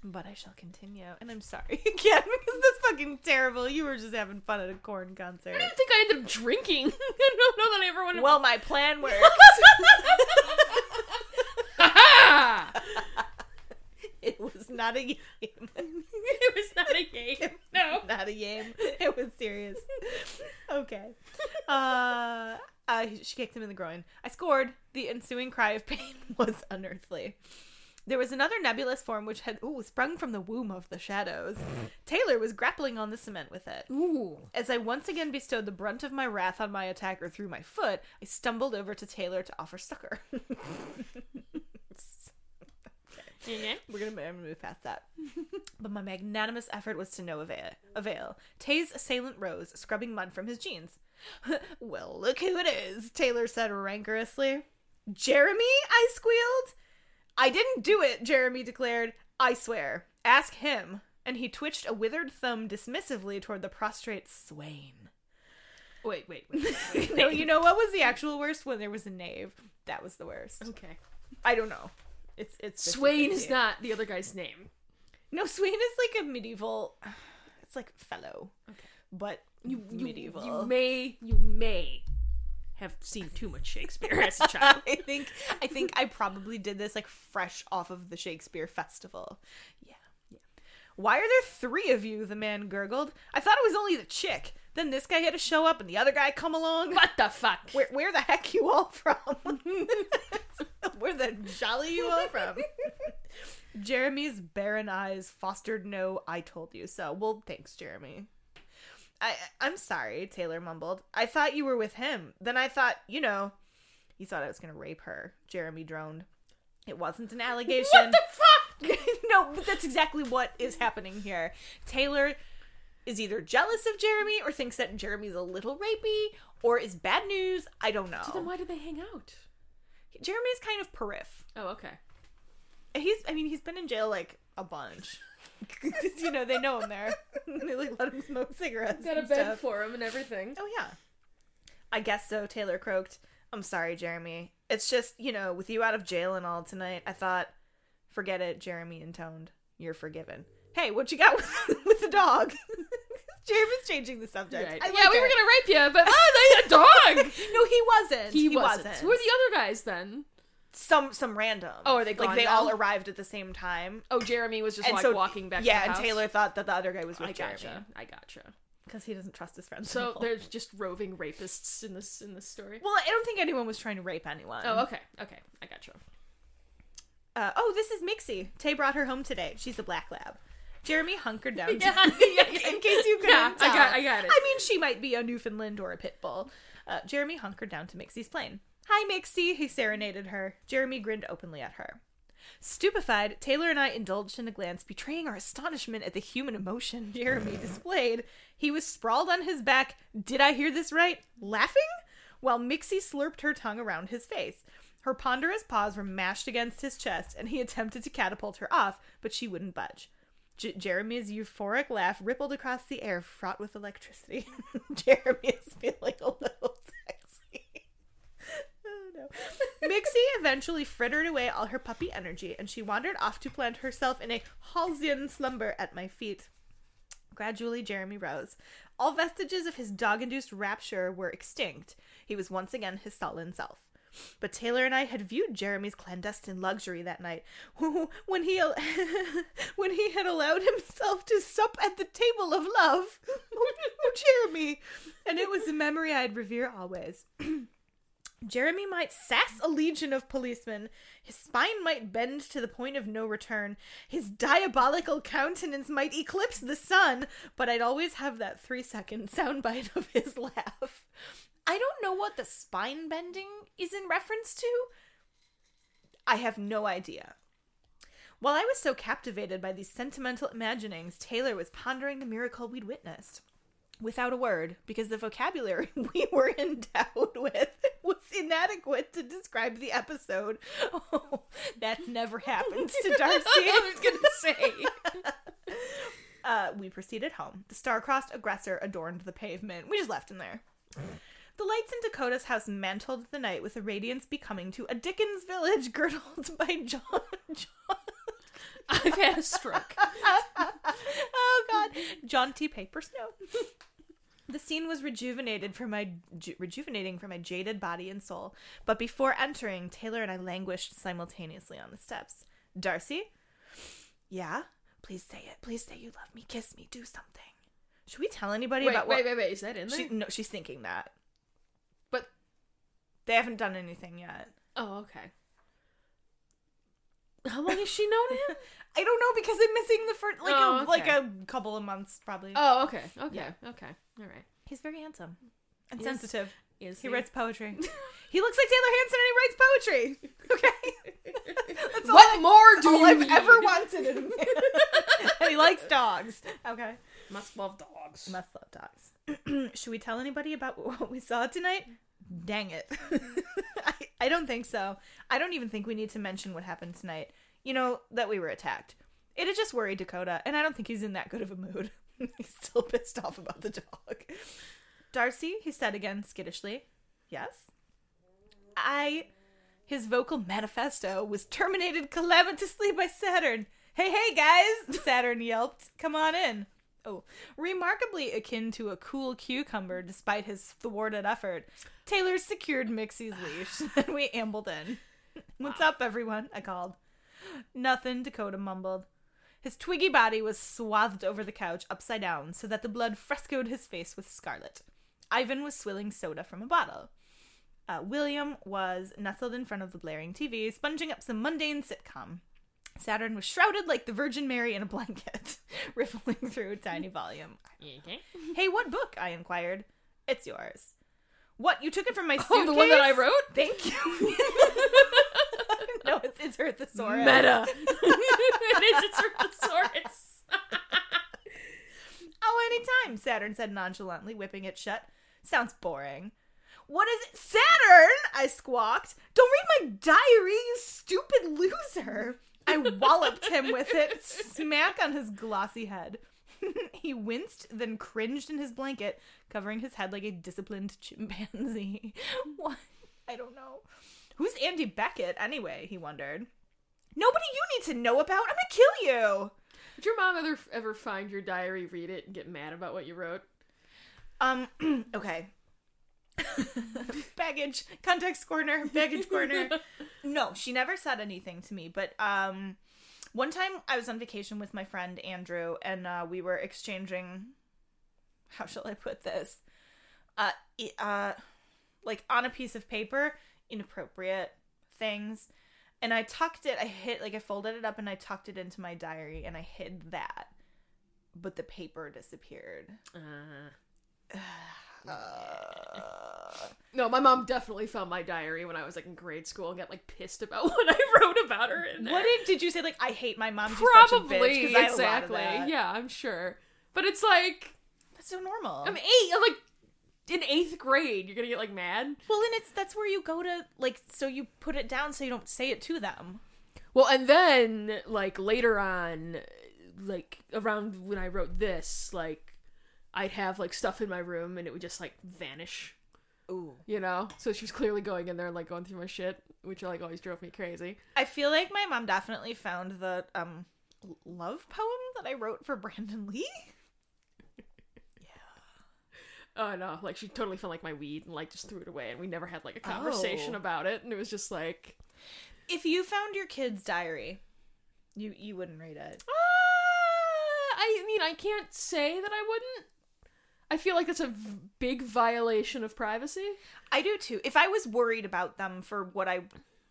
Speaker 2: But I shall continue, and I'm sorry again because that's fucking terrible. You were just having fun at a corn concert.
Speaker 1: I didn't think I ended up drinking. I don't know that I ever went.
Speaker 2: Well, my plan worked.
Speaker 1: Ah!
Speaker 2: it was not a game.
Speaker 1: it was not a game. No.
Speaker 2: not a game. It was serious. Okay. Uh, uh, she kicked him in the groin. I scored. The ensuing cry of pain was unearthly. There was another nebulous form which had ooh, sprung from the womb of the shadows. Taylor was grappling on the cement with it.
Speaker 1: Ooh.
Speaker 2: As I once again bestowed the brunt of my wrath on my attacker through my foot, I stumbled over to Taylor to offer succor. We're gonna, I'm gonna move past that. but my magnanimous effort was to no avail. avail. Tay's assailant rose, scrubbing mud from his jeans. well, look who it is, Taylor said rancorously. Jeremy, I squealed. I didn't do it, Jeremy declared. I swear. Ask him. And he twitched a withered thumb dismissively toward the prostrate swain.
Speaker 1: Wait, wait, wait.
Speaker 2: no, you know what was the actual worst? When there was a knave. That was the worst.
Speaker 1: Okay.
Speaker 2: I don't know. It's it's
Speaker 1: Swain is
Speaker 2: 50-50.
Speaker 1: not the other guy's name.
Speaker 2: No, Swain is like a medieval. It's like fellow,
Speaker 1: Okay.
Speaker 2: but
Speaker 1: You, you,
Speaker 2: medieval.
Speaker 1: you may, you may have seen too much Shakespeare as a child.
Speaker 2: I think I think I probably did this like fresh off of the Shakespeare festival. Yeah, yeah. Why are there three of you? The man gurgled. I thought it was only the chick. Then this guy had to show up, and the other guy come along.
Speaker 1: What the fuck?
Speaker 2: Where, where the heck you all from? where the jolly you all from? Jeremy's barren eyes fostered no I told you so. Well, thanks, Jeremy. I I'm sorry, Taylor mumbled. I thought you were with him. Then I thought, you know, you thought I was going to rape her, Jeremy droned. It wasn't an allegation.
Speaker 1: What the fuck?
Speaker 2: no, but that's exactly what is happening here. Taylor is either jealous of Jeremy or thinks that Jeremy's a little rapey or is bad news. I don't know.
Speaker 1: Then why did they hang out?
Speaker 2: Jeremy's kind of perif.
Speaker 1: Oh, okay.
Speaker 2: He's, I mean, he's been in jail like a bunch. 'Cause, you know, they know him there. they like let him smoke cigarettes.
Speaker 1: Got a
Speaker 2: and
Speaker 1: bed
Speaker 2: stuff.
Speaker 1: for him and everything.
Speaker 2: Oh yeah. I guess so, Taylor croaked. I'm sorry, Jeremy. It's just, you know, with you out of jail and all tonight, I thought, forget it, Jeremy intoned. You're forgiven. Hey, what you got with, with the dog? Jeremy's changing the subject.
Speaker 1: Right.
Speaker 2: I
Speaker 1: yeah,
Speaker 2: like
Speaker 1: we were
Speaker 2: it.
Speaker 1: gonna rape you, but oh, they had a dog.
Speaker 2: No, he wasn't.
Speaker 1: he, wasn't. Who are the other guys then?
Speaker 2: some some random.
Speaker 1: Oh, are they gone
Speaker 2: like they
Speaker 1: now?
Speaker 2: all arrived at the same time?
Speaker 1: Oh, Jeremy was just
Speaker 2: And
Speaker 1: like
Speaker 2: so
Speaker 1: walking back.
Speaker 2: Yeah,
Speaker 1: to the
Speaker 2: and
Speaker 1: house.
Speaker 2: Taylor thought that the other guy was with
Speaker 1: I
Speaker 2: Jeremy
Speaker 1: gotcha. I gotcha.
Speaker 2: because he doesn't trust his friends.
Speaker 1: So
Speaker 2: anymore.
Speaker 1: there's just roving rapists in this in this story.
Speaker 2: well, I don't think anyone was trying to rape anyone.
Speaker 1: Oh, okay, okay, I gotcha.
Speaker 2: Uh, oh, this is Mixie. Tay brought her home today. She's a black lab. Jeremy hunkered down.
Speaker 1: Yeah, yeah, yeah.
Speaker 2: in case you couldn't
Speaker 1: Yeah, I
Speaker 2: tell.
Speaker 1: got- I got it.
Speaker 2: I mean, she might be a Newfoundland or a pit bull. Uh, Jeremy hunkered down to Mixie's plane. Hi, Mixie. He serenaded her. Jeremy grinned openly at her. Stupefied, Taylor and I indulged in a glance betraying our astonishment at the human emotion Jeremy displayed. He was sprawled on his back, did I hear this right? Laughing? While Mixie slurped her tongue around his face. Her ponderous paws were mashed against his chest, and he attempted to catapult her off, but she wouldn't budge. J- Jeremy's euphoric laugh rippled across the air, fraught with electricity. Jeremy is feeling a little sexy. Oh, no. Mixie eventually frittered away all her puppy energy, and she wandered off to plant herself in a Halcyon slumber at my feet. Gradually, Jeremy rose. All vestiges of his dog induced rapture were extinct. He was once again his sullen self. But Taylor and I had viewed Jeremy's clandestine luxury that night when he al- when he had allowed himself to sup at the table of love. oh, Jeremy! And it was a memory I'd revere always. Jeremy might sass a legion of policemen. His spine might bend to the point of no return. His diabolical countenance might eclipse the sun, but I'd always have that three second soundbite of his laugh. I don't know what the spine bending is in reference to. I have no idea. While I was so captivated by these sentimental imaginings, Taylor was pondering the miracle we'd witnessed without a word because the vocabulary we were endowed with was inadequate to describe the episode. Oh, that's never happened to Darcy.
Speaker 1: I was gonna say.
Speaker 2: Uh, we proceeded home. The star-crossed aggressor adorned the pavement. We just left him there. The lights in Dakota's house mantled the night with a radiance becoming to a Dickens village girdled by John. John
Speaker 1: I've had a stroke.
Speaker 2: oh god jaunty paper snow the scene was rejuvenated for my ju- rejuvenating for my jaded body and soul but before entering taylor and i languished simultaneously on the steps darcy yeah please say it please say you love me kiss me do something should we tell anybody
Speaker 1: Wait,
Speaker 2: about
Speaker 1: wait,
Speaker 2: what
Speaker 1: wait, wait. Is that in there?
Speaker 2: She, no she's thinking that
Speaker 1: But
Speaker 2: they haven't done anything yet
Speaker 1: oh, okay. How long has she known him?
Speaker 2: i don't know because i'm missing the first like
Speaker 1: Oh,
Speaker 2: a,
Speaker 1: okay.
Speaker 2: like a couple of months probably
Speaker 1: Oh, okay, okay, okay. All right.
Speaker 2: he's very handsome and
Speaker 1: He is-
Speaker 2: sensitive
Speaker 1: Is
Speaker 2: He writes poetry. he looks like Taylor Hanson and he writes poetry. Okay. That's all,
Speaker 1: What more do
Speaker 2: all
Speaker 1: you
Speaker 2: I've
Speaker 1: need?
Speaker 2: ever wanted in a man. and he likes dogs. Okay.
Speaker 1: Must love dogs.
Speaker 2: Must love dogs. Should we tell anybody about what we saw tonight? Dang it. I, I don't think so. I don't even think we need to mention what happened tonight. You know, that we were attacked. It had just worried Dakota, and I don't think he's in that good of a mood. he's still pissed off about the dog. Darcy, he said again skittishly. Yes? I. His vocal manifesto was terminated calamitously by Saturn. Hey, hey, guys! Saturn yelped. Come on in. Oh, remarkably akin to a cool cucumber despite his thwarted effort, Taylor secured Mixie's leash and we ambled in. What's up, everyone? I called. Nothing, Dakota mumbled. His twiggy body was swathed over the couch upside down so that the blood frescoed his face with scarlet. Ivan was swilling soda from a bottle. Uh, William was nestled in front of the blaring TV, sponging up some mundane sitcom. Saturn was shrouded like the Virgin Mary in a blanket, riffling through a tiny volume.
Speaker 1: Okay.
Speaker 2: Hey, what book? I inquired. It's yours. What? You took it from my suitcase?
Speaker 1: Oh, the one that I wrote.
Speaker 2: Thank you. no, it's, it's her thesaurus.
Speaker 1: Meta. it is. It's her thesaurus.
Speaker 2: Oh, anytime, Saturn said nonchalantly, whipping it shut. Sounds boring. What is it? Saturn! I squawked. Don't read my diary, you stupid loser. I walloped him with it, smack on his glossy head. he winced, then cringed in his blanket, covering his head like a disciplined chimpanzee. what? I don't know. Who's Andy Beckett, anyway? He wondered. Nobody you need to know about. I'm gonna kill you.
Speaker 1: Did your mom ever ever find your diary, read it, and get mad about what you wrote?
Speaker 2: Um, okay. baggage context corner, baggage corner. no, she never said anything to me, but um one time I was on vacation with my friend Andrew and uh we were exchanging how shall I put this? Uh i- uh like on a piece of paper inappropriate things. And I tucked it, I hit like I folded it up and I tucked it into my diary and I hid that. But the paper disappeared.
Speaker 1: Uh, no, my mom definitely found my diary when I was like in grade school and got like pissed about what I wrote about her in there.
Speaker 2: What did, did you say? Like, I hate my mom. She's such a
Speaker 1: Probably
Speaker 2: bitch, 'cause I had a lot of
Speaker 1: exactly.
Speaker 2: that.
Speaker 1: Yeah, I'm sure. But it's like
Speaker 2: That's so normal.
Speaker 1: I'm eight. I'm like in eighth grade. You're gonna get like mad.
Speaker 2: well, and it's that's where you go to like, so you put it down so you don't say it to them.
Speaker 1: Well, and then like later on, like around when I wrote this, like I'd have like stuff in my room and it would just like vanish.
Speaker 2: Ooh.
Speaker 1: You know, so she was clearly going in there and like going through my shit, which like always drove me crazy.
Speaker 2: I feel like my mom definitely found the um l- love poem that I wrote for Brandon Lee.
Speaker 1: Oh no, like she totally found like my weed and like just threw it away, and we never had like a conversation
Speaker 2: Oh.
Speaker 1: about it, and it was just like,
Speaker 2: If you found your kid's diary, you you wouldn't read it.
Speaker 1: "Ah," I mean, I can't say that I wouldn't. I feel like that's a v- big violation of privacy.
Speaker 2: I do too. If I was worried about them for what I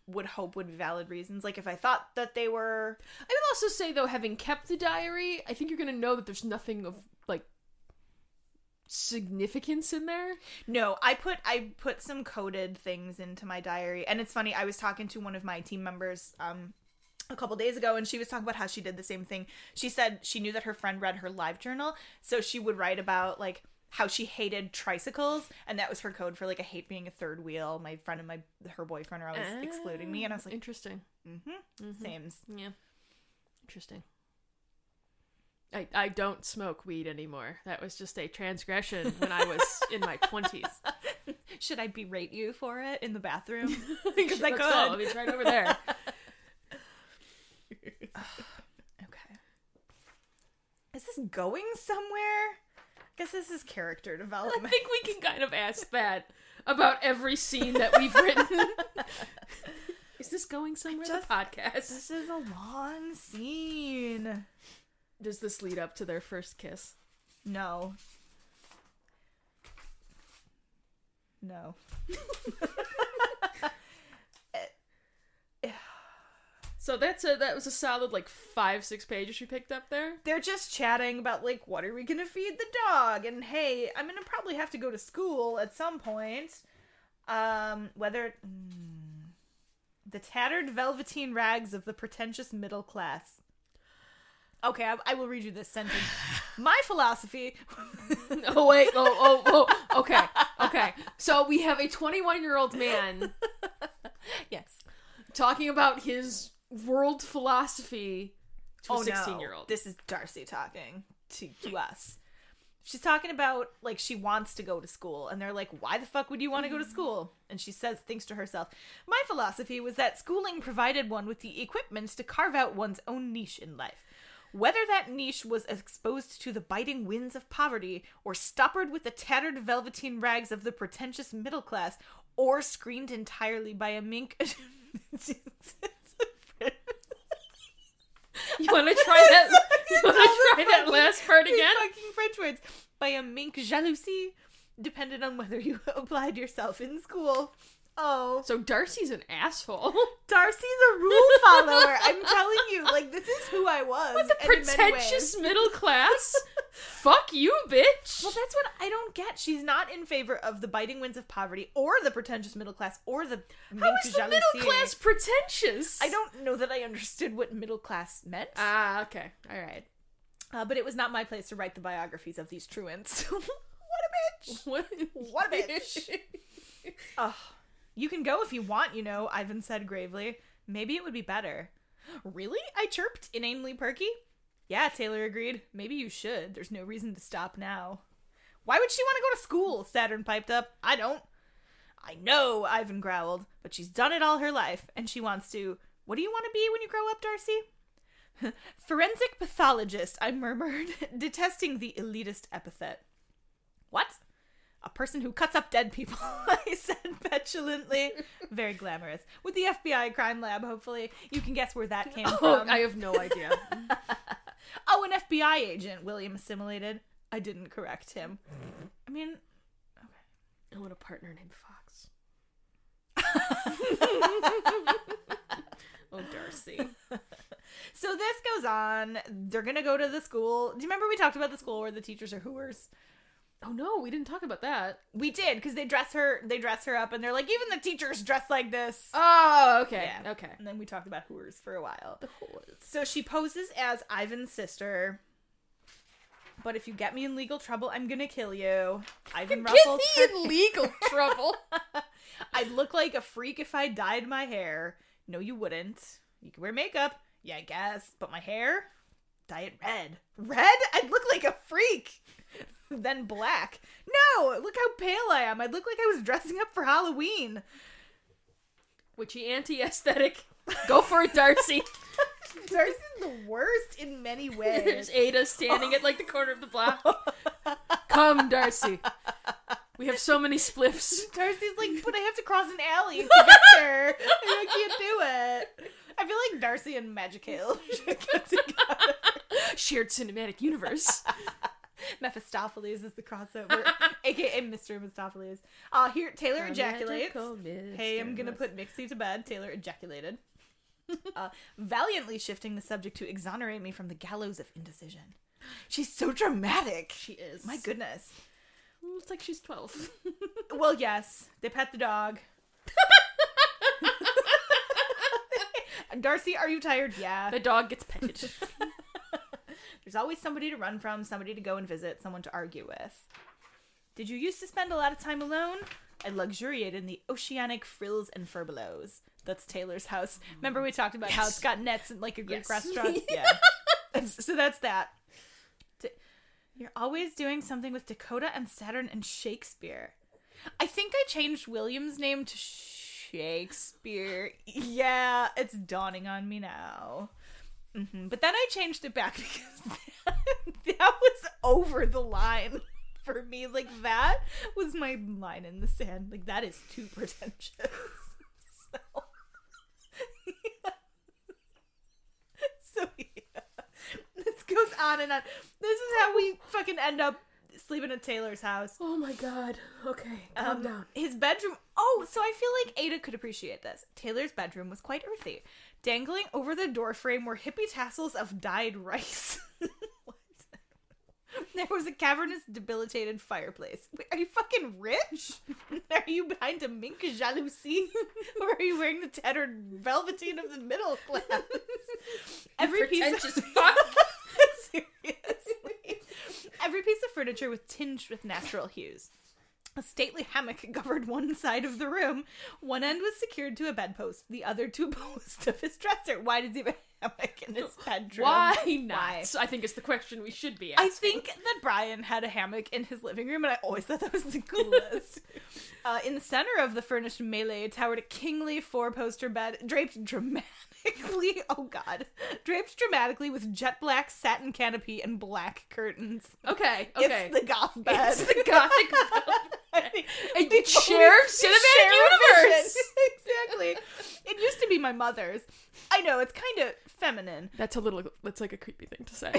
Speaker 2: would hope would be valid reasons, like if I thought that they were
Speaker 1: I would also say though, having kept the diary, I think you're gonna know that there's nothing of like significance in there.
Speaker 2: No, I put I put some coded things into my diary, and it's funny. I was talking to one of my team members um, a couple days ago, and she was talking about how she did the same thing. She said she knew that her friend read her live journal, so she would write about like how she hated tricycles, and that was her code for like I hate being a third wheel. My friend and my her boyfriend are always excluding me, and I was like,
Speaker 1: interesting.
Speaker 2: mm-hmm, same's.
Speaker 1: Yeah, interesting. I I don't smoke weed anymore. That was just a transgression when I was in my twenties.
Speaker 2: Should I berate you for it in the bathroom?
Speaker 1: Because
Speaker 2: I
Speaker 1: Let's Go.
Speaker 2: could.
Speaker 1: It's right over there.
Speaker 2: Okay. Is this going somewhere? I guess this is character
Speaker 1: I
Speaker 2: development.
Speaker 1: think we can kind of ask that about every scene that we've written. Is this going somewhere?
Speaker 2: just-
Speaker 1: the podcast.
Speaker 2: this is a long scene.
Speaker 1: Does this lead up to their first kiss?
Speaker 2: No. No.
Speaker 1: So that's a that was a solid like five six pages you picked up there.
Speaker 2: They're just chatting about like what are we going to feed the dog and hey, I'm going to probably have to go to school at some point. Um whether mm. the tattered velveteen rags of the pretentious middle class. Okay, I, I will read you this sentence. My philosophy
Speaker 1: Oh wait, oh oh oh. Okay, okay. So we have a 21 year old man
Speaker 2: Yes.
Speaker 1: talking about his world philosophy to a 16 year old.
Speaker 2: Oh, This is Darcy talking to, to us. She's talking about like she wants to go to school, and they're like, "Why the fuck would you want to go to school?" And she says, thinks to herself, "My philosophy was that schooling provided one with the equipment to carve out one's own niche in life." Whether that niche was exposed to the biting winds of poverty, or stoppered with the tattered velveteen rags of the pretentious middle class, or screened entirely by a mink.
Speaker 1: You want to try that? You want to try
Speaker 2: the
Speaker 1: that
Speaker 2: fucking-
Speaker 1: last part
Speaker 2: These
Speaker 1: again?
Speaker 2: fucking French words. By a mink jalousie, depended on whether you applied yourself in school. Oh,
Speaker 1: So Darcy's an asshole.
Speaker 2: Darcy the rule follower. I'm telling you, like this is who I was. What the
Speaker 1: Pretentious middle class. Fuck you, bitch.
Speaker 2: Well, that's what I don't get. She's not in favor of the biting winds of poverty, or the pretentious middle class, or the mink
Speaker 1: How is the
Speaker 2: jalousie.
Speaker 1: middle class pretentious?
Speaker 2: I don't know that I understood what middle class meant,
Speaker 1: Ah, okay, all right.
Speaker 2: uh, but it was not my place to write the biographies of these truants. what a bitch!
Speaker 1: What?
Speaker 2: What a bitch. Ugh. You can go if you want, you know, Ivan said gravely. Maybe it would be better. Really? I chirped, inanely perky. Yeah, Taylor agreed. Maybe you should. There's no reason to stop now. Why would she want to go to school? Saturn piped up. I don't. I know, Ivan growled, but she's done it all her life, and she wants to. What do you want to be when you grow up, Darcy? Forensic pathologist, I murmured, detesting the elitist epithet. What? A person who cuts up dead people, I said petulantly. Very glamorous. With the FBI crime lab, hopefully. You can guess where that came
Speaker 1: Oh,
Speaker 2: from.
Speaker 1: I have no idea.
Speaker 2: Oh, an FBI agent, William assimilated. I didn't correct him. I mean,
Speaker 1: I want a partner named Fox. oh, Darcy.
Speaker 2: so this goes on. They're going to go to the school. Do you remember we talked about the school where the teachers are hooers?
Speaker 1: Oh no, we didn't talk about that.
Speaker 2: We did because they dress her. They dress her up, and they're like, even the teachers dress like this.
Speaker 1: Oh, okay,
Speaker 2: Yeah.
Speaker 1: okay.
Speaker 2: And then we talked about hooers for a while.
Speaker 1: The whores.
Speaker 2: So she poses as Ivan's sister. But if you get me in legal trouble, I'm gonna kill you. Ivan ruffled.
Speaker 1: Get me in legal trouble.
Speaker 2: I'd look like a freak if I dyed my hair. No, you wouldn't. You could wear makeup. Yeah, I guess. But my hair? Dye it red. Red? I'd look like a freak. then black. No, look how pale I am. I'd look like I was dressing up for Halloween.
Speaker 1: Witchy anti-aesthetic. Go for it, Darcy.
Speaker 2: Darcy's the worst in many
Speaker 1: There's
Speaker 2: ways.
Speaker 1: Ada standing at like the corner of the block. Come, Darcy. We have so many spliffs.
Speaker 2: Darcy's like, but I have to cross an alley to get there. And I can't do it. I feel like Darcy and Magic Hill should get together.
Speaker 1: Shared cinematic universe.
Speaker 2: Mephistopheles is the crossover, aka Mr. Mephistopheles. Uh, here, Taylor ejaculates. Hey, I'm gonna put Mixie to bed. Taylor ejaculated. uh, valiantly shifting the subject to exonerate me from the gallows of indecision. She's so dramatic.
Speaker 1: She is.
Speaker 2: My goodness.
Speaker 1: It's like she's 12.
Speaker 2: Well, yes, they pet the dog. Darcy, are you tired? Yeah.
Speaker 1: the dog gets petted.
Speaker 2: There's always somebody to run from, somebody to go and visit, someone to argue with. Did you used to spend a lot of time alone? I luxuriated in the oceanic frills and furbelows. That's Taylor's house. Remember we talked about how it's got nets and like a Greek
Speaker 1: Yes.
Speaker 2: restaurant? Yeah. That's- so that's that. D- You're always doing something with Dakota and Saturn and Shakespeare. I think I changed William's name to Shakespeare. Yeah, it's dawning on me now. Mhm. But then I changed it back because that, was over the line for me. Like that was my line in the sand. Like that is too pretentious. So, so yeah. this goes on and on. This is how we fucking end up sleeping at Taylor's house.
Speaker 1: oh my god. Okay, calm
Speaker 2: Um,
Speaker 1: down.
Speaker 2: His bedroom. Oh, so I feel like Ada could appreciate this. Taylor's bedroom was quite earthy. Dangling over the doorframe were hippie tassels of dyed rice. What? there was a cavernous, debilitated fireplace. Wait, are you fucking rich? are you behind a mink jalousie? or are you wearing the tattered velveteen of the middle class? Every
Speaker 1: Pretentious fuck.
Speaker 2: Seriously. Every piece of furniture was tinged with natural hues. A stately hammock covered one side of the room. One end was secured to a bedpost, the other to a post of his dresser. Why does he have a hammock in his bedroom?
Speaker 1: Why not?
Speaker 2: Why?
Speaker 1: I think it's the question we should be
Speaker 2: I
Speaker 1: asking.
Speaker 2: think that Brian had a hammock in his living room, and I always thought that was the coolest. uh, in the center of the furnished melee towered a kingly four poster bed draped dramatically. Oh, God. Draped dramatically with jet black satin canopy and black curtains.
Speaker 1: okay, okay.
Speaker 2: It's the goth bed.
Speaker 1: It's the gothic
Speaker 2: and
Speaker 1: the shared cinematic universe.
Speaker 2: exactly. It used to be my mother's. I know it's kind of feminine.
Speaker 1: That's a little. That's like a creepy thing to say.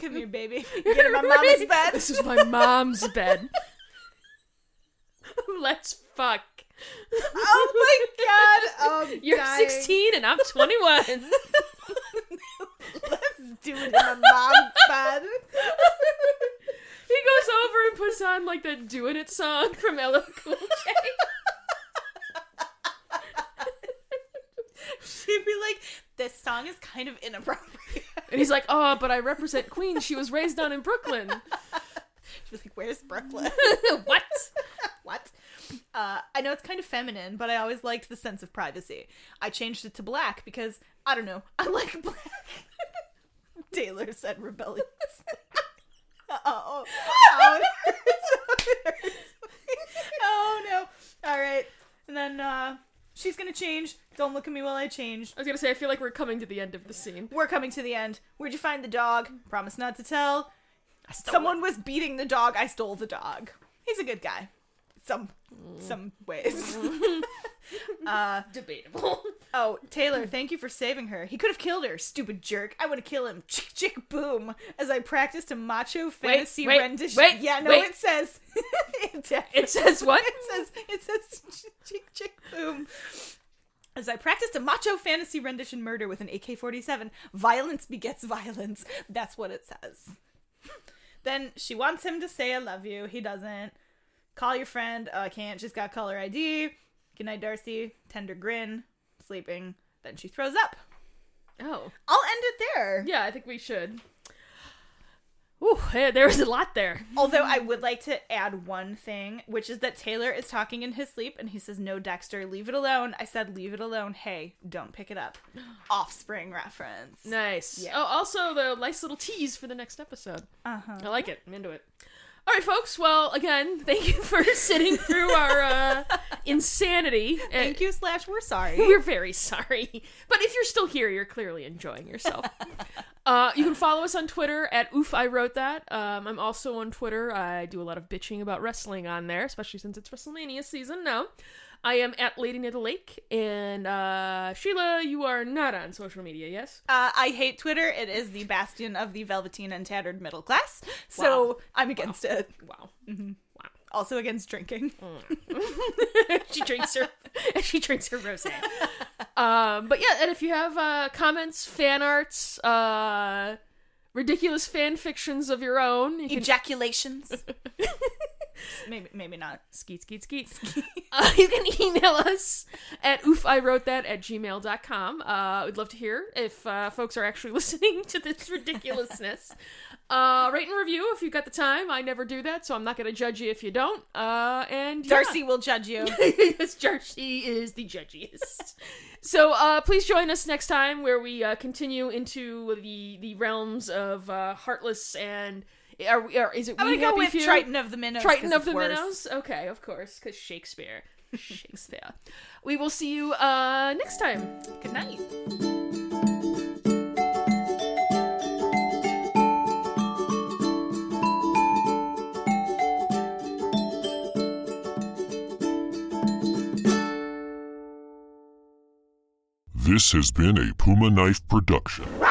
Speaker 2: Come here, baby. Get in my mama's bed.
Speaker 1: This is my mom's bed. Let's fuck.
Speaker 2: Oh my god. Um,
Speaker 1: You're
Speaker 2: dying.
Speaker 1: 16 and I'm 21.
Speaker 2: Let's do it in my mom's bed.
Speaker 1: He goes over and puts on like that "Doing It" song from LL Cool J.
Speaker 2: She'd be like, "This song is kind of inappropriate."
Speaker 1: And he's like, "Oh, but I represent Queens. She was raised down in Brooklyn.
Speaker 2: She'd be like, "Where's Brooklyn?"
Speaker 1: what?
Speaker 2: what? Uh, I know it's kind of feminine, but I always liked the sense of privacy. I changed it to black because I don't know. I like black. Taylor said rebellious. oh, oh, it hurts. oh no! All right, and then uh, She's gonna change. Don't look at me while I change.
Speaker 1: I was gonna say, I feel like we're coming to the end of the scene.
Speaker 2: We're coming to the end. Where'd you find the dog? Promise not to tell. Someone was beating the dog. I stole the dog. He's a good guy. Some some ways. Uh,
Speaker 1: Debatable.
Speaker 2: Oh, Taylor, thank you for saving her. He could have killed her, stupid jerk. I want to kill him. Chick chick boom. As I practiced a macho fantasy
Speaker 1: wait,
Speaker 2: rendition.
Speaker 1: wait,
Speaker 2: yeah, no,
Speaker 1: wait.
Speaker 2: it says. it
Speaker 1: it
Speaker 2: says.
Speaker 1: says what?
Speaker 2: It says. It says. Chick chick boom. As I practiced a macho fantasy rendition murder with an AK 47, violence begets violence. That's what it says. then she wants him to say, I love you. He doesn't. Call your friend. Oh, I can't. She's got caller ID. Good night, Darcy. Tender grin. Sleeping. Then she throws up.
Speaker 1: Oh.
Speaker 2: I'll end it there.
Speaker 1: Yeah, I think we should. Ooh, yeah, there was a lot there.
Speaker 2: Although I would like to add one thing, which is that Taylor is talking in his sleep and he says, No, Dexter, leave it alone. I said, Leave it alone. Hey, don't pick it up. Offspring reference.
Speaker 1: Nice.
Speaker 2: Yeah.
Speaker 1: Oh, also the nice little tease for the next episode.
Speaker 2: Uh huh.
Speaker 1: I like it. I'm into it. All right, folks. Well, again, thank you for sitting through our uh, insanity. Uh,
Speaker 2: Thank you, slash, we're sorry.
Speaker 1: We're very sorry. But if you're still here, you're clearly enjoying yourself. uh, you can follow us on Twitter at Oof I Wrote That. Um, I'm also on Twitter. I do a lot of bitching about wrestling on there, especially since it's WrestleMania season now. I am at Lady Near the Lake. And uh, Sheila, you are not on social media, yes?
Speaker 2: Uh, I hate Twitter. It is the bastion of the velveteen and tattered middle class. So
Speaker 1: Wow.
Speaker 2: I'm against it.
Speaker 1: Wow.
Speaker 2: Also against drinking.
Speaker 1: she drinks her she drinks her rosé. Um, but yeah, and if you have uh, comments, fan arts, uh, ridiculous fan fictions of your own, you
Speaker 2: E-
Speaker 1: can
Speaker 2: Ejaculations. maybe, maybe not.
Speaker 1: skeet skeet skeet. uh, you can email us at oofirwrotethat at gmail.com. Uh, we'd love to hear if uh, folks are actually listening to this ridiculousness. uh, rate and review if you've got the time. I never do that, so I'm not going to judge you if you don't. Uh, and yeah.
Speaker 2: Darcy will judge you.
Speaker 1: yes, Darcy is the judgiest. so uh, please join us next time where we uh, continue into the the realms of uh, heartless and are, we- are is it
Speaker 2: I'm
Speaker 1: we
Speaker 2: gonna go
Speaker 1: happy
Speaker 2: with
Speaker 1: few?
Speaker 2: Triton of the Minnows.
Speaker 1: Triton
Speaker 2: 'cause
Speaker 1: of
Speaker 2: it's
Speaker 1: the
Speaker 2: worse.
Speaker 1: Minnows? Okay, of course, because Shakespeare. Shakespeare. We will see you uh, next time.
Speaker 2: Good night.
Speaker 3: This has been a Puma Knife production.